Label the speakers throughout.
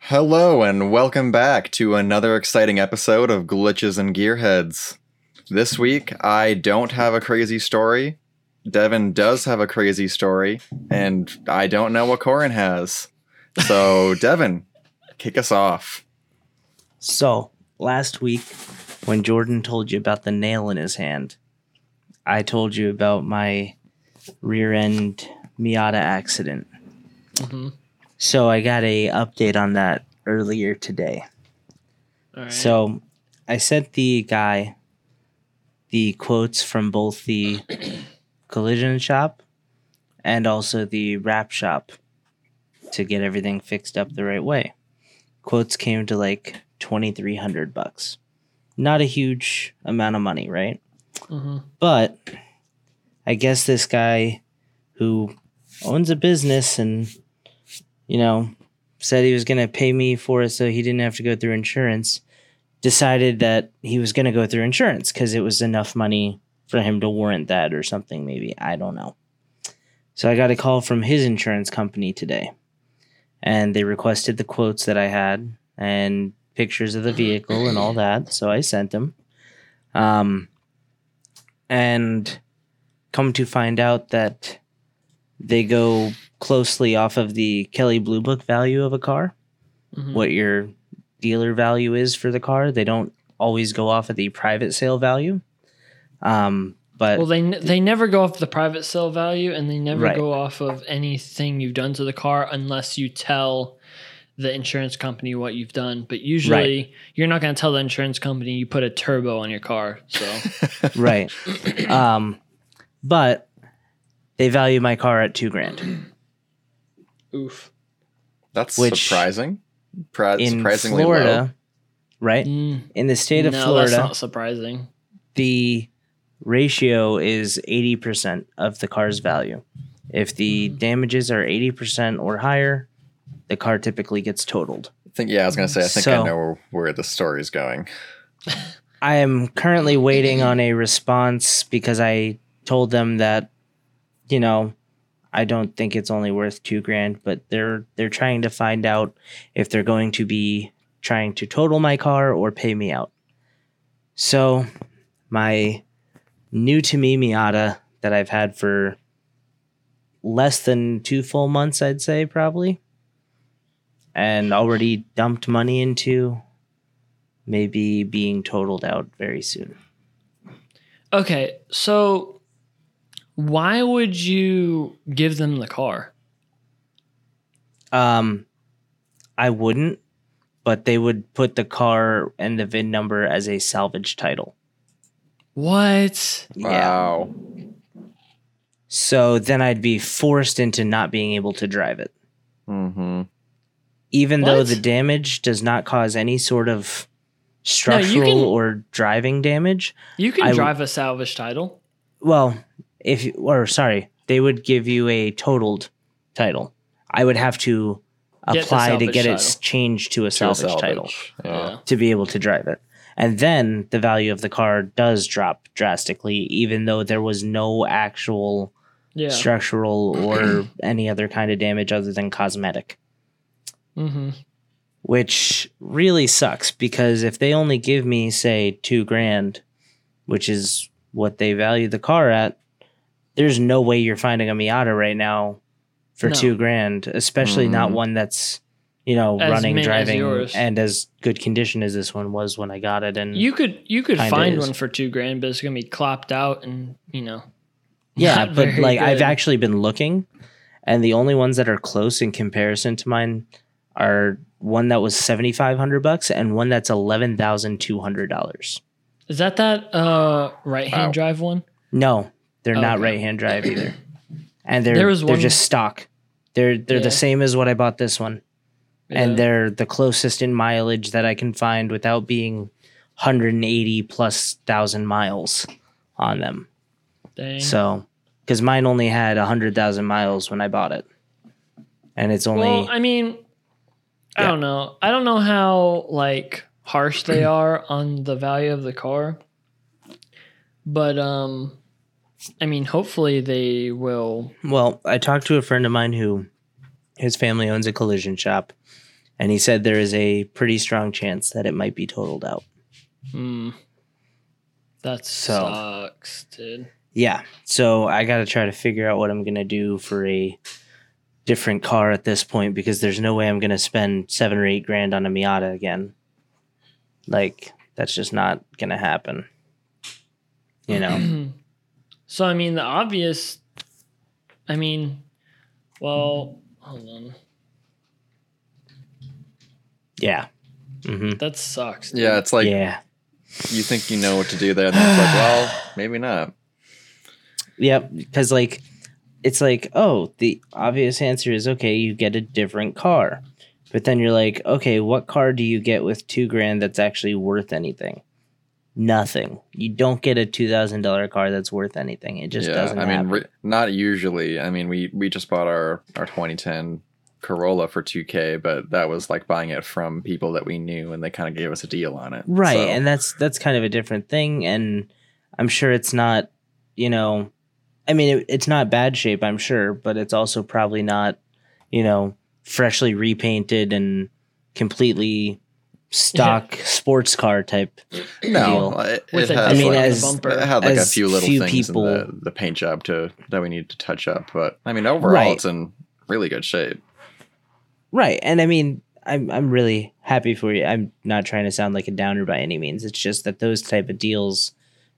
Speaker 1: Hello, and welcome back to another exciting episode of Glitches and Gearheads. This week, I don't have a crazy story. Devin does have a crazy story, and I don't know what Corin has. So, Devin, kick us off.
Speaker 2: So, last week, when Jordan told you about the nail in his hand, I told you about my rear end Miata accident.
Speaker 3: Mm-hmm.
Speaker 2: So, I got a update on that earlier today.
Speaker 3: All right.
Speaker 2: So, I sent the guy the quotes from both the collision shop and also the wrap shop to get everything fixed up the right way. Quotes came to like 2300 bucks. Not a huge amount of money, right?
Speaker 3: Mhm.
Speaker 2: But I guess this guy who owns a business and, you know, said he was going to pay me for it so he didn't have to go through insurance decided that he was going to go through insurance because it was enough money for him to warrant that or something, maybe. I don't know. So I got a call from his insurance company today and they requested the quotes that I had and pictures of the vehicle and all that. So I sent them. Um, and come to find out that they go closely off of the Kelly Blue Book value of a car
Speaker 3: Mhm.
Speaker 2: what your dealer value is for the car. They don't always go off of the private sale value. Um, but
Speaker 3: Well, they n- they never go off the private sale value, and they never
Speaker 2: Right.
Speaker 3: go off of anything you've done to the car unless you tell the insurance company what you've done. But usually, you're not going to tell the insurance company you put a turbo on your car. So
Speaker 2: right. Um, but they value my car at two grand.
Speaker 3: oof.
Speaker 1: That's
Speaker 2: Which
Speaker 1: surprising. Pri-
Speaker 2: In
Speaker 1: surprisingly
Speaker 2: Florida, right?
Speaker 3: Mm,
Speaker 2: In the state of
Speaker 3: no, that's
Speaker 2: Florida,
Speaker 3: not surprising.
Speaker 2: the ratio is 80% of the car's value. If the damages are 80% or higher, the car typically gets totaled.
Speaker 1: low. I think, yeah, I was going to say, I think I
Speaker 2: So-
Speaker 1: know where the story's going.
Speaker 2: I am currently waiting on a response because I told them that, you know, I don't think it's only worth two grand, but they're they're trying to find out if they're going to be trying to total my car or pay me out. So my new to me Miata that I've had for less than two full months, I'd say probably, and already dumped money into maybe being totaled out very soon.
Speaker 3: Okay, so why would you give them the car?
Speaker 2: Um, I wouldn't, but they would put the car and the VIN number as a salvage title.
Speaker 3: What?
Speaker 1: Wow.
Speaker 2: So then I'd be forced into not being able to drive it,
Speaker 1: Mm-hmm.
Speaker 2: even though
Speaker 3: What?
Speaker 2: the damage does not cause any sort of structural
Speaker 3: can-
Speaker 2: or driving damage.
Speaker 3: You can
Speaker 2: I w-
Speaker 3: drive a salvage title.
Speaker 2: Well, if or sorry, they would give you a totaled title. I would have to
Speaker 3: Get the
Speaker 2: apply to
Speaker 3: salvage
Speaker 2: get it
Speaker 3: title.
Speaker 2: changed to a salvage, title.
Speaker 1: Yeah.
Speaker 2: to be able to drive it. And then the value of the car does drop drastically, even though there was no actual
Speaker 3: Yeah.
Speaker 2: structural or any other kind of damage other than cosmetic,
Speaker 3: Mm-hmm.
Speaker 2: which really sucks because if they only give me, say, two grand, which is what they value the car at, there's no way you're finding a Miata right now for
Speaker 3: No.
Speaker 2: two grand, especially not
Speaker 1: Mhm.
Speaker 2: one that's, you know,
Speaker 3: As
Speaker 2: running,
Speaker 3: mint as
Speaker 2: driving,
Speaker 3: yours.
Speaker 2: and as good condition as this one was when I got it. And
Speaker 3: You could you could
Speaker 2: Kinda
Speaker 3: find
Speaker 2: is.
Speaker 3: one for two grand, but it's gonna be clopped out and you know.
Speaker 2: Yeah,
Speaker 3: not
Speaker 2: but
Speaker 3: very
Speaker 2: like I've
Speaker 3: good.
Speaker 2: actually been looking, and the only ones that are close in comparison to mine are one that was seventy five hundred bucks and one that's eleven thousand two hundred dollars.
Speaker 3: Is that that uh right hand
Speaker 1: Wow.
Speaker 3: drive one?
Speaker 2: No, they're not
Speaker 3: Okay.
Speaker 2: right hand drive either, and they're
Speaker 3: There was
Speaker 2: they're
Speaker 3: one-
Speaker 2: just stock. They're they're
Speaker 3: Yeah.
Speaker 2: the same as what I bought this one,
Speaker 3: Yeah.
Speaker 2: and they're the closest in mileage that I can find without being hundred and eighty plus thousand miles on them.
Speaker 3: Dang.
Speaker 2: So, because mine only had 100,000 miles when I bought it. And it's only.
Speaker 3: well, I mean, I
Speaker 2: Yeah.
Speaker 3: don't know. I don't know how like harsh they are on the value of the car, but um, I mean, hopefully they will.
Speaker 2: well, I talked to a friend of mine who his family owns a collision shop And he said there is a pretty strong chance that it might be totaled out.
Speaker 3: Hmm. That
Speaker 2: So-
Speaker 3: sucks, dude.
Speaker 2: Yeah. So I got to try to figure out what I'm going to do for a different car at this point because there's no way I'm going to spend seven or eight grand on a Miata again. Like, that's just not going to happen. You know?
Speaker 3: so I mean, the obvious. I mean, well, hold on.
Speaker 2: yeah. hmm
Speaker 3: That sucks. dude.
Speaker 1: Yeah, it's like
Speaker 2: yeah.
Speaker 1: you think you know what to do there, and then it's like, well, maybe not.
Speaker 2: Yep. Because, like, it's like, oh, the obvious answer is okay, you get a different car. But then you're like, okay, what car do you get with two grand that's actually worth anything? Nothing. You don't get a $2,000 car that's worth anything. It just doesn't
Speaker 1: I
Speaker 2: happen.
Speaker 1: mean, re- not usually. I mean, we we just bought our our 2010 Corolla for 2K, but that was like buying it from people that we knew, and they kind of gave us a deal on it.
Speaker 2: right.
Speaker 1: So,
Speaker 2: And that's that's kind of a different thing. And I'm sure it's not, you know, I mean, it, it's not bad shape, I'm sure, but it's also probably not, you know, freshly repainted and completely stock sports car type
Speaker 1: no, it,
Speaker 3: With
Speaker 1: it
Speaker 3: a
Speaker 1: has,
Speaker 2: I mean,
Speaker 1: like,
Speaker 2: as-
Speaker 1: it had like a
Speaker 2: as
Speaker 1: few little
Speaker 2: few
Speaker 1: things
Speaker 2: people-
Speaker 1: in the, the paint job to that we need to touch up, but I mean, overall,
Speaker 2: Right.
Speaker 1: it's in really good shape.
Speaker 2: Right. And I mean, I'm I'm really happy for you. I'm not trying to sound like a downer by any means. It's just that those type of deals,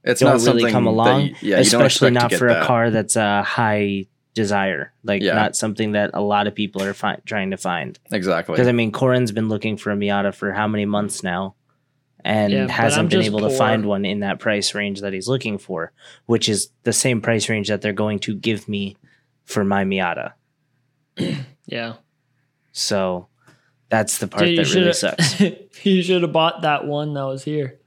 Speaker 1: It's
Speaker 2: Don't
Speaker 1: not
Speaker 2: really
Speaker 1: something
Speaker 2: come
Speaker 1: that
Speaker 2: along,
Speaker 1: you- yeah, you don't expect
Speaker 2: especially
Speaker 1: to
Speaker 2: not
Speaker 1: get
Speaker 2: for
Speaker 1: that.
Speaker 2: a car that's a high desire, like
Speaker 1: Yeah.
Speaker 2: not something that a lot of people are fi- trying to find.
Speaker 1: Exactly.
Speaker 2: Because I mean, Corin's been looking for a Miata for how many months now, and
Speaker 3: Yeah, but I'm
Speaker 2: hasn't been
Speaker 3: just
Speaker 2: able to
Speaker 3: poor.
Speaker 2: find one in that price range that he's looking for, which is the same price range that they're going to give me for my Miata.
Speaker 3: Yeah.
Speaker 2: So that's the part
Speaker 3: Dude,
Speaker 2: that really sucks.
Speaker 3: you should have bought that one that was here.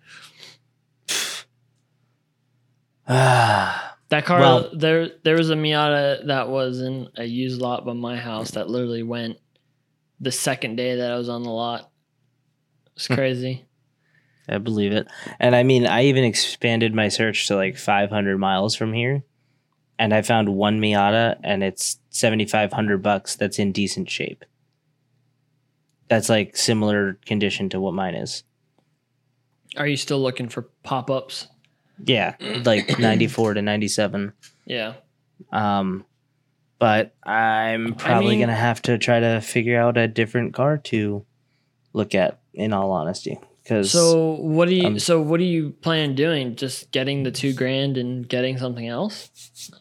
Speaker 2: Ah.
Speaker 3: That car,
Speaker 2: Well-
Speaker 3: there, there was a Miata that was in a used lot by my house that literally went the second day that I was on the lot. It's
Speaker 1: Hmm.
Speaker 3: crazy.
Speaker 2: I believe it. And I mean, I even expanded my search to like 500 miles from here, and I found one Miata, and it's 7,500 bucks. That's in decent shape. That's like similar condition to what mine is.
Speaker 3: Are you still looking for pop ups?
Speaker 2: Yeah, like 94 to 97.
Speaker 3: Yeah.
Speaker 2: Um, but I'm probably
Speaker 3: mean-
Speaker 2: gonna have to try to figure out a different car to look at. In all honesty, because
Speaker 3: So what do you?
Speaker 2: um,
Speaker 3: so what do you plan on doing? Just getting the two grand and getting something else?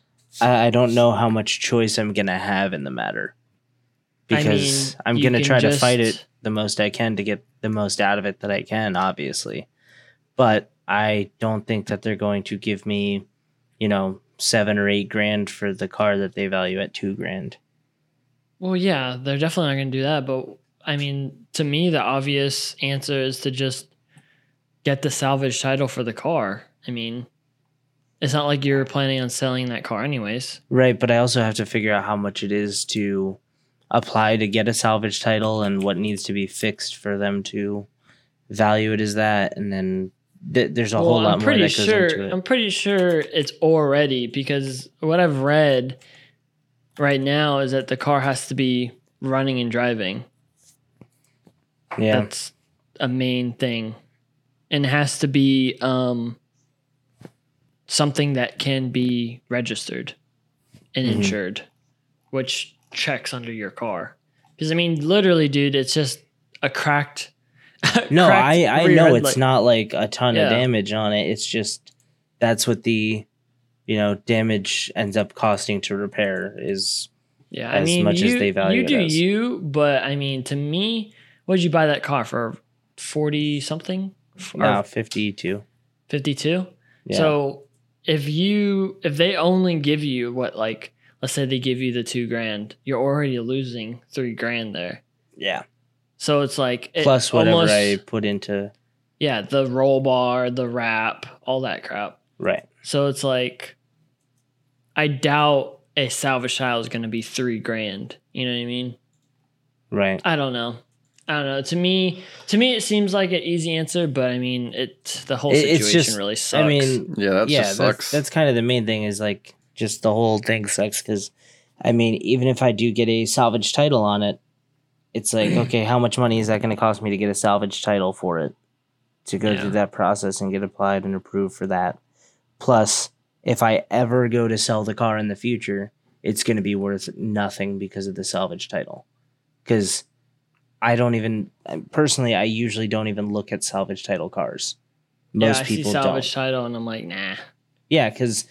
Speaker 2: I, I don't know how much choice I'm gonna have in the matter
Speaker 3: I mean,
Speaker 2: because I am
Speaker 3: you
Speaker 2: gonna
Speaker 3: can
Speaker 2: try to fight
Speaker 3: just-
Speaker 2: it the most I can to get the most out of it that I can, obviously. But I don't think that they're going to give me, you know, seven or eight grand for the car that they value at two grand.
Speaker 3: Well, yeah, they're definitely not going to do that. But I mean, to me, the obvious answer is to just get the salvage title for the car. I mean, it's not like you're planning on selling that car, anyways.
Speaker 2: Right, but I also have to figure out how much it is to apply to get a salvage title and what needs to be fixed for them to value it as that, and then th- there's a
Speaker 3: well,
Speaker 2: whole lot more
Speaker 3: I'm
Speaker 2: that
Speaker 3: pretty
Speaker 2: goes
Speaker 3: sure.
Speaker 2: into it.
Speaker 3: I'm pretty sure it's already because what I've read right now is that the car has to be running and driving.
Speaker 2: yeah,
Speaker 3: That's a main thing. And it has to be um, something that can be registered and
Speaker 2: Mhm.
Speaker 3: insured, which checks under your car. Because, I mean, literally, dude, it's just a cracked.
Speaker 2: No,
Speaker 3: cracked
Speaker 2: I, I
Speaker 3: rear
Speaker 2: know
Speaker 3: end
Speaker 2: it's
Speaker 3: light.
Speaker 2: not like a ton
Speaker 3: Yeah.
Speaker 2: of damage on it. It's just that's what the you know damage ends up costing to repair is
Speaker 3: Yeah, I
Speaker 2: as
Speaker 3: mean,
Speaker 2: much as
Speaker 3: you,
Speaker 2: they value
Speaker 3: you
Speaker 2: it
Speaker 3: do
Speaker 2: as.
Speaker 3: you, but I mean, to me, what did you buy that car for? 40 something?
Speaker 2: now fifty two.
Speaker 3: 52?
Speaker 2: Yeah.
Speaker 3: So if you if they only give you what like let's say they give you the two grand, you're already losing three grand there.
Speaker 2: yeah.
Speaker 3: So it's like it
Speaker 2: Plus whatever
Speaker 3: almost-
Speaker 2: I put into
Speaker 3: yeah the roll bar, the wrap, all that crap.
Speaker 2: right.
Speaker 3: So it's like I doubt a salvage tile is going to be three grand. You know what I mean?
Speaker 2: Right.
Speaker 3: I don't know. I don't know. To me, to me, it seems like an easy answer, but I mean, it the whole
Speaker 2: It-
Speaker 3: situation
Speaker 2: it's just-
Speaker 3: really sucks.
Speaker 2: I mean
Speaker 1: yeah, that
Speaker 2: yeah,
Speaker 1: just
Speaker 2: that's-
Speaker 1: sucks.
Speaker 2: That's, kind of the main thing is like just the whole thing sucks because I mean, even if I do get a salvage title on it, it's like okay, how much money is that going to cost me to get a salvage title for it? To go
Speaker 3: Yeah.
Speaker 2: through that process and get applied and approved for that. Plus, if I ever go to sell the car in the future, it's going to be worth nothing because of the salvage title. Because I don't even personally, I usually don't even look at salvage title cars.
Speaker 3: Yeah,
Speaker 2: Most
Speaker 3: I see
Speaker 2: people
Speaker 3: salvage
Speaker 2: don't.
Speaker 3: title and I'm like, nah.
Speaker 2: Yeah, because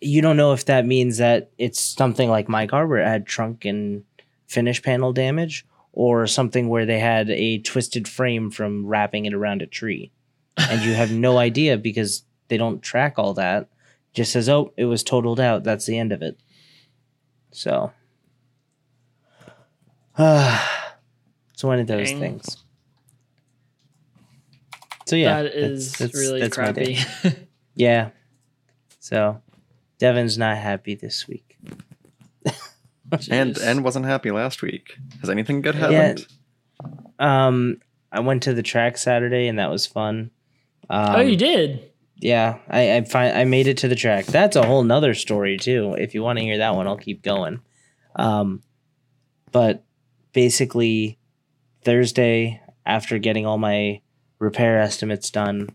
Speaker 2: you don't know if that means that it's something like my car where it had trunk and finish panel damage, or something where they had a twisted frame from wrapping it around a tree, and you have no idea because they don't track all that. Just says, "Oh, it was totaled out. That's the end of it." So, it's one of those
Speaker 3: Dang.
Speaker 2: things. So yeah,
Speaker 3: that
Speaker 2: that's-
Speaker 3: is
Speaker 2: that's-
Speaker 3: really
Speaker 2: that's my day.
Speaker 3: crappy.
Speaker 2: Yeah. So Devin's not happy this week.
Speaker 1: And
Speaker 3: Jeez.
Speaker 1: and wasn't happy last week. Has anything good
Speaker 3: Yeah.
Speaker 1: happened?
Speaker 2: Um I went to the track Saturday and that was fun. Um,
Speaker 3: oh, you did.
Speaker 2: Yeah, I I, fi- I made it to the track. That's a whole nother story too. If you want to hear that one, I'll keep going. Um, but basically, Thursday after getting all my repair estimates done,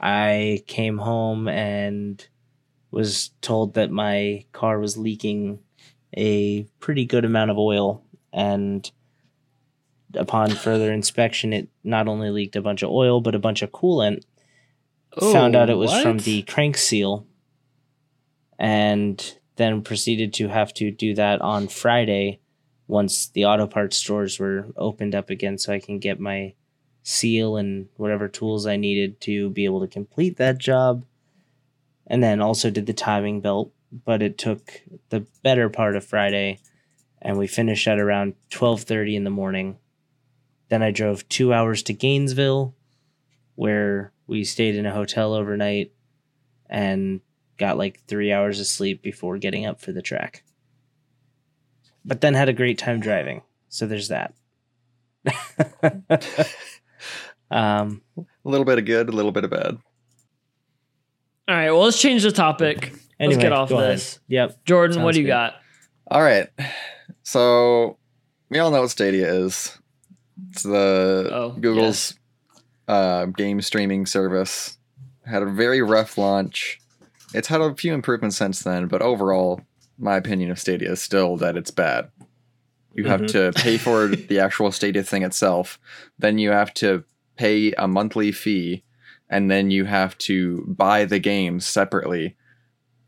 Speaker 2: I came home and was told that my car was leaking a pretty good amount of oil and upon further inspection it not only leaked a bunch of oil but a bunch of coolant found
Speaker 3: Oh,
Speaker 2: out it was from
Speaker 3: what?
Speaker 2: the crank seal and then proceeded to have to do that on Friday once the auto parts stores were opened up again so I can get my seal and whatever tools I needed to be able to complete that job. And then also did the timing belt, but it took the better part of Friday and we finished at around 12:30 in the morning. Then I drove 2 hours to Gainesville where we stayed in a hotel overnight and got like three hours of sleep before getting up for the track. But then had a great time driving. So there's that. um,
Speaker 1: A little bit of good, a little bit of bad.
Speaker 3: All right, well, let's change the topic.
Speaker 2: anyway,
Speaker 3: let's get off
Speaker 2: go ahead.
Speaker 3: this.
Speaker 2: Yep.
Speaker 3: Jordan, what
Speaker 2: Sounds
Speaker 3: do you
Speaker 2: good.
Speaker 3: got?
Speaker 1: All right. So we all know what Stadia is. It's the
Speaker 3: Oh,
Speaker 1: Google's uh, game streaming service. Had a very rough launch. It's had a few improvements since then, but overall, my opinion of Stadia is still that it's bad. You have to pay for the actual Stadia thing itself. Then you have to pay a monthly fee, and then you have to buy the games separately.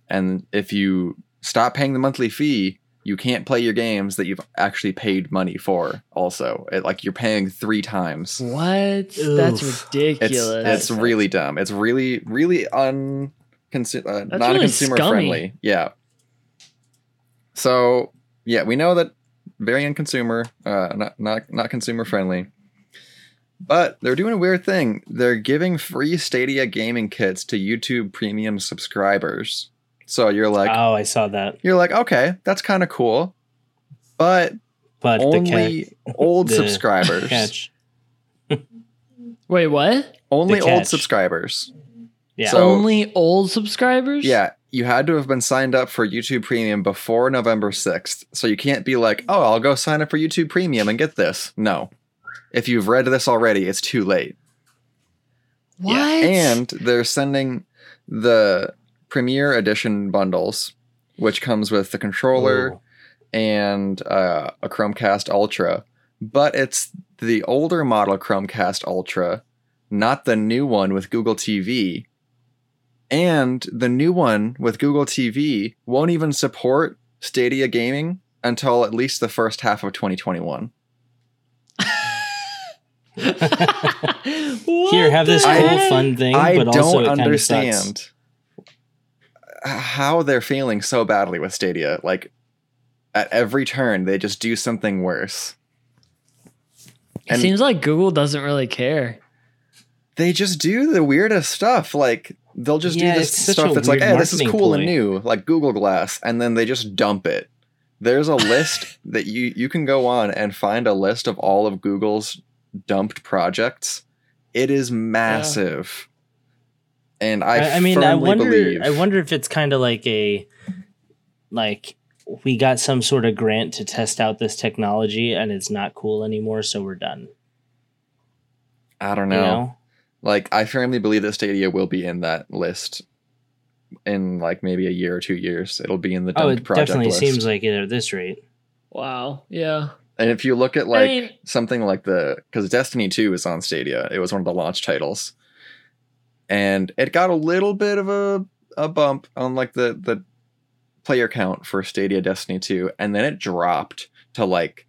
Speaker 1: And if you stop paying the monthly fee, you can't play your games that you've actually paid money for. Also, it, like you're paying three times.
Speaker 3: What?
Speaker 2: Oof. It's-
Speaker 3: That's
Speaker 1: It's
Speaker 3: ridiculous.
Speaker 1: it's really dumb. It's really really un consu- uh,
Speaker 3: That's
Speaker 1: non
Speaker 3: really
Speaker 1: consumer
Speaker 3: scummy.
Speaker 1: friendly. Yeah. So yeah, we know that very unconsumer, uh, not not not consumer friendly. But they're doing a weird thing. They're giving free Stadia gaming kits to YouTube Premium subscribers. So you're like,
Speaker 2: oh, I saw that.
Speaker 1: you're like, okay, that's kind of cool, but
Speaker 2: But the
Speaker 1: only old
Speaker 2: the
Speaker 1: subscribers.
Speaker 2: catch, catch.
Speaker 3: Wait, what?
Speaker 1: Only
Speaker 2: The
Speaker 1: old
Speaker 2: catch.
Speaker 1: subscribers.
Speaker 2: Yeah.
Speaker 1: So-
Speaker 3: Only old subscribers?
Speaker 1: Yeah, you had to have been signed up for YouTube Premium before November 6th. So you can't be like, oh, I'll go sign up for YouTube Premium and get this. No. If you've read this already, it's too late.
Speaker 3: What?
Speaker 1: And they're sending the Premiere Edition bundles, which comes with the controller.
Speaker 2: Ooh.
Speaker 1: and uh, a Chromecast Ultra, but it's the older model Chromecast Ultra, not the new one with Google TV. And the new one with Google TV won't even support Stadia gaming until at least the first half of 2021.
Speaker 2: Here, have this
Speaker 1: I-
Speaker 2: cool fun thing,
Speaker 1: I
Speaker 2: but also
Speaker 1: don't
Speaker 2: it kind of sucks.
Speaker 1: understand how they're failing so badly with Stadia. Like at every turn, they just do something worse.
Speaker 3: It seems like Google doesn't really care.
Speaker 1: they just do the weirdest stuff. Like they'll just
Speaker 2: Yeah,
Speaker 1: do this
Speaker 2: it's such
Speaker 1: stuff
Speaker 2: a
Speaker 1: that's like,
Speaker 2: weird
Speaker 1: hey, this is
Speaker 2: marketing
Speaker 1: cool and
Speaker 2: ploy."
Speaker 1: new, like Google Glass, and then they just dump it. There's a list that you you can go on and find a list of all of Google's dumped projects. It is massive, and I,
Speaker 2: I, I mean,
Speaker 1: firmly
Speaker 2: I wonder.
Speaker 1: believe
Speaker 2: I wonder if it's kind of like a, like we got some sort of grant to test out this technology and it's not cool anymore, so we're done.
Speaker 1: I don't
Speaker 2: You
Speaker 1: know.
Speaker 2: know?
Speaker 1: Like I firmly believe that Stadia will be in that list in like maybe a year or two years. It'll be in the
Speaker 2: Oh,
Speaker 1: dumped
Speaker 2: it
Speaker 1: project
Speaker 2: definitely
Speaker 1: list.
Speaker 2: seems like it at this rate.
Speaker 3: Wow. Yeah.
Speaker 1: and if you look at like
Speaker 3: mean-
Speaker 1: something like the because Destiny Two is on Stadia, it was one of the launch titles, and it got a little bit of a a bump on like the the player count for Stadia Destiny Two, and then it dropped to like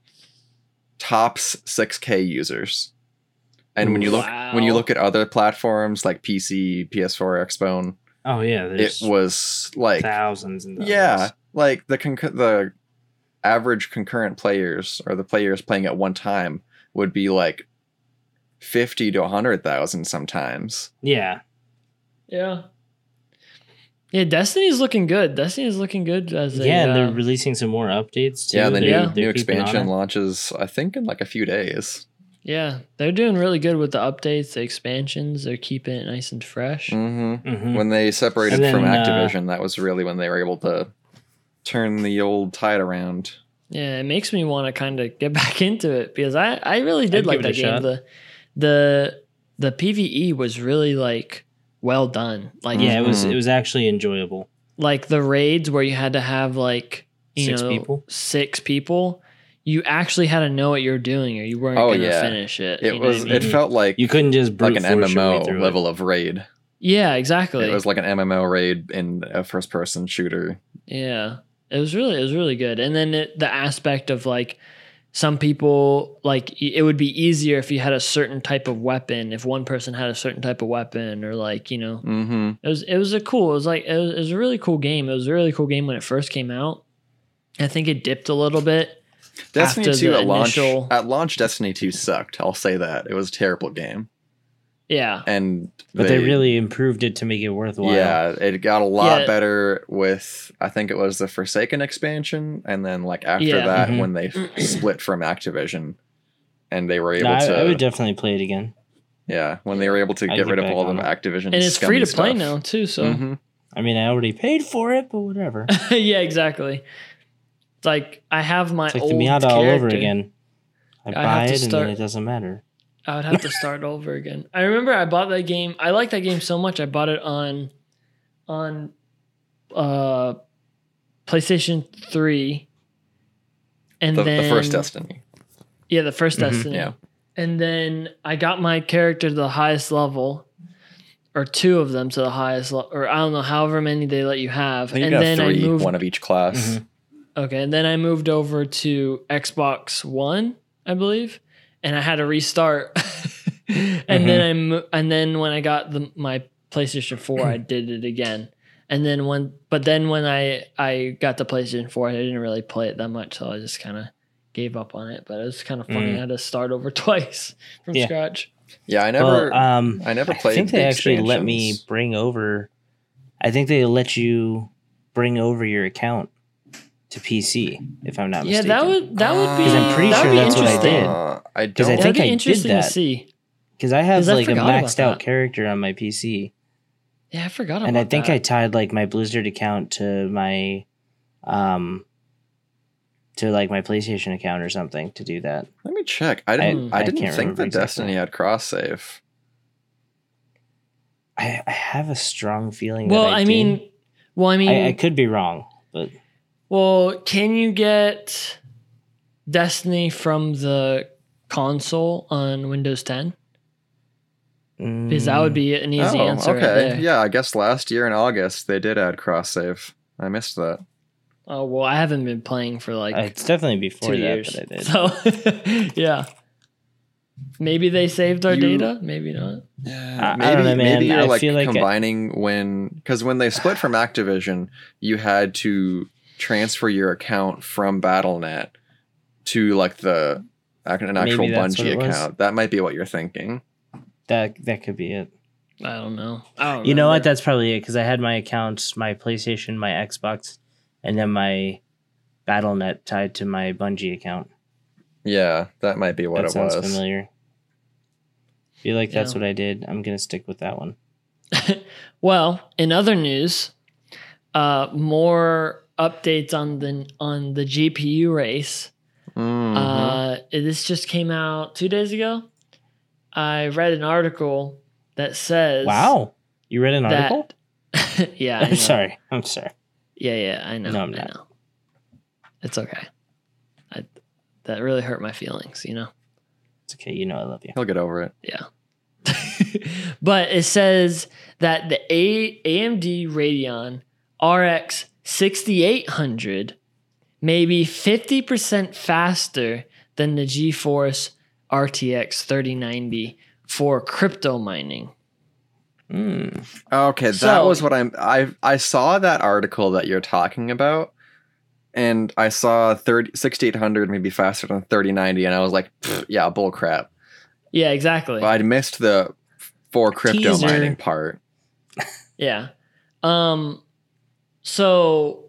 Speaker 1: tops six K users. And when you look when you
Speaker 3: Wow.
Speaker 1: look at other platforms like PC, PS4, Xbone,
Speaker 2: Oh yeah, there's
Speaker 1: it was like
Speaker 2: thousands and
Speaker 1: yeah,
Speaker 2: thousands.
Speaker 1: like the concur- the average concurrent players or the players playing at one time would be like fifty to hundred thousand sometimes.
Speaker 2: Yeah.
Speaker 3: Yeah. Yeah, Destiny's looking good. Destiny's looking good as a
Speaker 2: yeah, and
Speaker 3: uh,
Speaker 2: they're releasing some more updates too.
Speaker 1: yeah, the new,
Speaker 3: yeah.
Speaker 2: They're
Speaker 1: new
Speaker 2: keeping on
Speaker 1: expansion
Speaker 2: it.
Speaker 1: launches I think in like a few days.
Speaker 3: yeah, they're doing really good with the updates, the expansions. They're keeping it nice and fresh.
Speaker 1: hmm
Speaker 2: Mhm.
Speaker 1: When they separated
Speaker 2: And then,
Speaker 1: from
Speaker 2: uh,
Speaker 1: Activision, that was really when they were able to turn the old tide around.
Speaker 3: Yeah, it makes me want to kind of get back into it because I, I really did
Speaker 2: I'd
Speaker 3: like
Speaker 2: give it a
Speaker 3: that game.
Speaker 2: shot.
Speaker 3: The the the PVE was really like well done. Like
Speaker 2: Yeah, it was
Speaker 1: Mhm.
Speaker 2: it was actually enjoyable.
Speaker 3: like the raids where you had to have like you
Speaker 2: Six
Speaker 3: know
Speaker 2: people?
Speaker 3: six people. You actually had to know what you're doing, or you weren't
Speaker 1: Oh,
Speaker 3: gonna
Speaker 1: yeah.
Speaker 3: finish it.
Speaker 1: It
Speaker 3: you know what I
Speaker 1: was
Speaker 3: mean?
Speaker 1: it felt like
Speaker 2: You couldn't just brute
Speaker 1: like an
Speaker 2: force your way
Speaker 1: MMO
Speaker 2: through
Speaker 1: level of raid.
Speaker 3: yeah, exactly.
Speaker 1: It was like an MMO raid in a first person shooter.
Speaker 3: Yeah. It was really it was really good. And then it, the aspect of like some people like y- it would be easier if you had a certain type of weapon, if one person had a certain type of weapon or like, you
Speaker 2: Mm.
Speaker 3: know.
Speaker 1: hmm
Speaker 3: It was it was a cool. It was like it was, it was a really cool game. It was a really cool game when it first came out. I think it dipped a little bit.
Speaker 1: Destiny
Speaker 3: after
Speaker 1: 2
Speaker 3: the
Speaker 1: at launch
Speaker 3: initial-
Speaker 1: at launch Destiny 2 sucked. I'll say that. It was a terrible game.
Speaker 3: Yeah.
Speaker 1: And
Speaker 2: But they, really improved it to make it worthwhile.
Speaker 1: Yeah, it got a lot
Speaker 3: Yeah.
Speaker 1: better with I think it was the Forsaken expansion and then like after
Speaker 3: Yeah.
Speaker 1: that
Speaker 2: Mhm.
Speaker 1: when they split from Activision and they were able
Speaker 2: No, I,
Speaker 1: to
Speaker 2: I would definitely play it again.
Speaker 1: yeah, when they were able to
Speaker 2: I'd
Speaker 1: get
Speaker 2: get
Speaker 1: rid of
Speaker 2: back
Speaker 1: all
Speaker 2: on
Speaker 1: of
Speaker 2: it.
Speaker 1: Activision Mm-hmm.
Speaker 3: And it's free to play now too, so
Speaker 2: I mean, I already paid for it, but whatever. It's
Speaker 3: yeah, exactly. It's like I have my
Speaker 2: like
Speaker 3: old
Speaker 2: the Miata all over
Speaker 3: character.
Speaker 2: again. I
Speaker 3: I
Speaker 2: buy
Speaker 3: have to
Speaker 2: it
Speaker 3: start-
Speaker 2: and then it doesn't matter.
Speaker 3: I would have to start over again. I remember I bought that game. I like that game so much. I bought it on, on, uh, PlayStation Three. And
Speaker 1: The,
Speaker 3: then
Speaker 1: the first Destiny.
Speaker 3: Yeah, the 1st
Speaker 2: Mhm.
Speaker 3: Destiny.
Speaker 1: Yeah.
Speaker 3: And then I got my character to the highest level, or two of them to the highest level, or I don't know, however many they let you have.
Speaker 1: I think you
Speaker 3: and
Speaker 1: got
Speaker 3: then
Speaker 1: three,
Speaker 3: I moved.
Speaker 1: one of each class.
Speaker 3: Mm-hmm.
Speaker 2: Mhm.
Speaker 3: Okay, and then I moved over to Xbox One, I believe, and I had to restart. and then I
Speaker 2: Mm-hmm.
Speaker 3: mo- and then when I got the my PlayStation 4, I did it again. And then when but then when I I got the PlayStation 4, I didn't really play it that much, so I just kind of gave up on it, but it was kind of funny.
Speaker 2: Mm.
Speaker 3: I had to start over twice from
Speaker 2: Yeah.
Speaker 3: scratch.
Speaker 1: Yeah, I never
Speaker 2: well, um,
Speaker 1: I never played
Speaker 2: I think they
Speaker 1: the
Speaker 2: actually let me
Speaker 1: expansions.
Speaker 2: bring over. I think they let you bring over your account to PC, if I'm not
Speaker 3: Yeah,
Speaker 2: mistaken.
Speaker 3: that would that would be
Speaker 2: Ah. 'Cause I'm pretty
Speaker 3: that would
Speaker 2: sure
Speaker 3: be
Speaker 2: that's what I
Speaker 3: interesting.
Speaker 2: did.
Speaker 1: Uh, I
Speaker 2: Because I
Speaker 1: don't
Speaker 3: That'd
Speaker 2: think
Speaker 3: be
Speaker 2: I did
Speaker 3: interesting
Speaker 2: that.
Speaker 3: to see.
Speaker 2: because I have
Speaker 3: 'Cause I
Speaker 2: like a
Speaker 3: forgot about
Speaker 2: maxed out
Speaker 3: that.
Speaker 2: character on my PC,
Speaker 3: Yeah, I forgot about
Speaker 2: and I think
Speaker 3: that.
Speaker 2: I tied like my Blizzard account to my, um, to like my PlayStation account or something to do that.
Speaker 1: Let me check. I didn't.
Speaker 2: I
Speaker 1: I, didn't
Speaker 2: can't
Speaker 1: think
Speaker 2: remember
Speaker 1: that
Speaker 2: exactly.
Speaker 1: Destiny had cross save.
Speaker 2: I, I have a strong feeling.
Speaker 3: Well,
Speaker 2: that I,
Speaker 3: I
Speaker 2: did.
Speaker 3: mean, well, I mean,
Speaker 2: I, I could be wrong, but
Speaker 3: Well, can you get Destiny from the console on Windows 10? Because that would be an easy
Speaker 1: oh,
Speaker 3: answer. Right
Speaker 1: okay.
Speaker 3: there.
Speaker 1: yeah, I guess last year in August they did add cross save. I missed that.
Speaker 3: Oh well, I haven't been playing for like
Speaker 2: Uh, it's definitely before that,
Speaker 3: two years.
Speaker 2: but I did.
Speaker 3: So yeah, maybe they saved our
Speaker 1: You-
Speaker 3: data. Maybe not.
Speaker 2: I-
Speaker 1: Yeah,
Speaker 2: I don't know, man.
Speaker 1: Maybe you're
Speaker 2: I
Speaker 1: like
Speaker 2: feel like I-
Speaker 1: combining when because when they split from Activision, you had to transfer your account from BattleNet to like the an actual
Speaker 2: Maybe that's what
Speaker 1: Bungie
Speaker 2: it was.
Speaker 1: account. That might be what you're thinking.
Speaker 2: That that could be it.
Speaker 3: I don't know. I don't
Speaker 2: You know what?
Speaker 3: remember.
Speaker 2: That's probably it because I had my accounts, my PlayStation, my Xbox, and then my BattleNet tied to my Bungie account.
Speaker 1: Yeah, that might be what
Speaker 2: that
Speaker 1: it was.
Speaker 2: sounds familiar. Feel like that's
Speaker 3: Yeah.
Speaker 2: what I did. I'm gonna stick with that one.
Speaker 3: Well, in other news, uh, more updates on the on the GPU race.
Speaker 1: Mhm.
Speaker 2: Mm-hmm.
Speaker 3: Uh, this just came out two days ago. I read an article that says,
Speaker 2: Wow. You read an
Speaker 3: That-
Speaker 2: article?
Speaker 3: yeah, I know.
Speaker 2: I'm sorry. I'm sorry.
Speaker 3: Yeah, yeah, I know.
Speaker 2: No,
Speaker 3: i
Speaker 2: I'm not.
Speaker 3: know. It's okay. I, that really hurt my feelings, you know.
Speaker 2: It's okay. You know I love you.
Speaker 1: He'll get over it.
Speaker 3: but it says that the A- AMD Radeon RX 6800 may be 50% faster than the GeForce RTX 3090 for crypto mining.
Speaker 2: Mm.
Speaker 1: Okay, that
Speaker 3: So-
Speaker 1: was what I'm. I I saw that article that you're talking about, and I saw 30, 6800 maybe faster than thirty ninety, and I was like, "Pfft, yeah, bull crap.
Speaker 3: Yeah, exactly.
Speaker 1: But I'd missed the for crypto
Speaker 2: Teaser.
Speaker 1: mining part.
Speaker 3: Yeah. Um so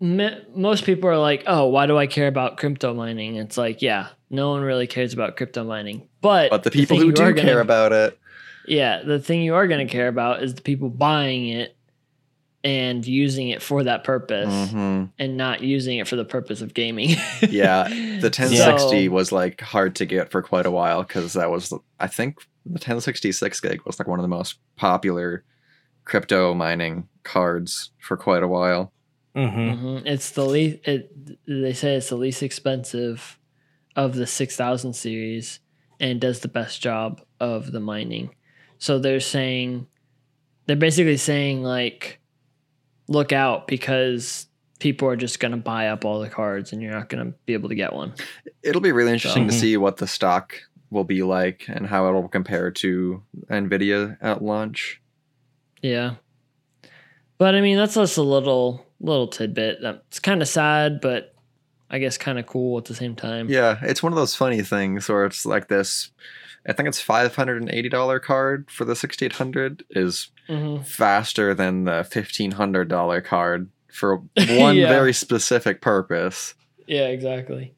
Speaker 3: m- most people are like, "Oh, why do I care about crypto mining?" It's like, yeah, no one really cares about crypto mining. But
Speaker 1: But the people
Speaker 3: thing
Speaker 1: who
Speaker 3: you are
Speaker 1: do
Speaker 3: gonna-
Speaker 1: care about it,
Speaker 3: Yeah, the thing you are going to care about is the people buying it and using it for that purpose
Speaker 1: Mhm.
Speaker 3: and not using it for the purpose of gaming.
Speaker 1: Yeah, the 1060
Speaker 3: So-
Speaker 1: was like hard to get for quite a while because that was, I think, the 1066 gig was like one of the most popular crypto mining cards for quite a while.
Speaker 2: hmm
Speaker 3: Mhm. It's the least. It, they say it's the least expensive of the six thousand series, and does the best job of the mining. So they're saying, they're basically saying like, look out because people are just going to buy up all the cards, and you're not going to be able to get one.
Speaker 1: It'll be really interesting to
Speaker 3: Mm-hmm.
Speaker 2: Mhm.
Speaker 1: see what the stock will be like and how it'll compare to Nvidia at launch.
Speaker 3: Yeah. But I mean, that's just a little little tidbit. That's kind of sad, but I guess kind of cool at the same time.
Speaker 1: Yeah, it's one of those funny things where it's like this. I think it's five hundred and eighty dollar card for the sixty eight hundred is
Speaker 3: Mhm.
Speaker 1: faster than the fifteen hundred dollar card for one
Speaker 3: Yeah.
Speaker 1: very specific purpose.
Speaker 3: Yeah, exactly.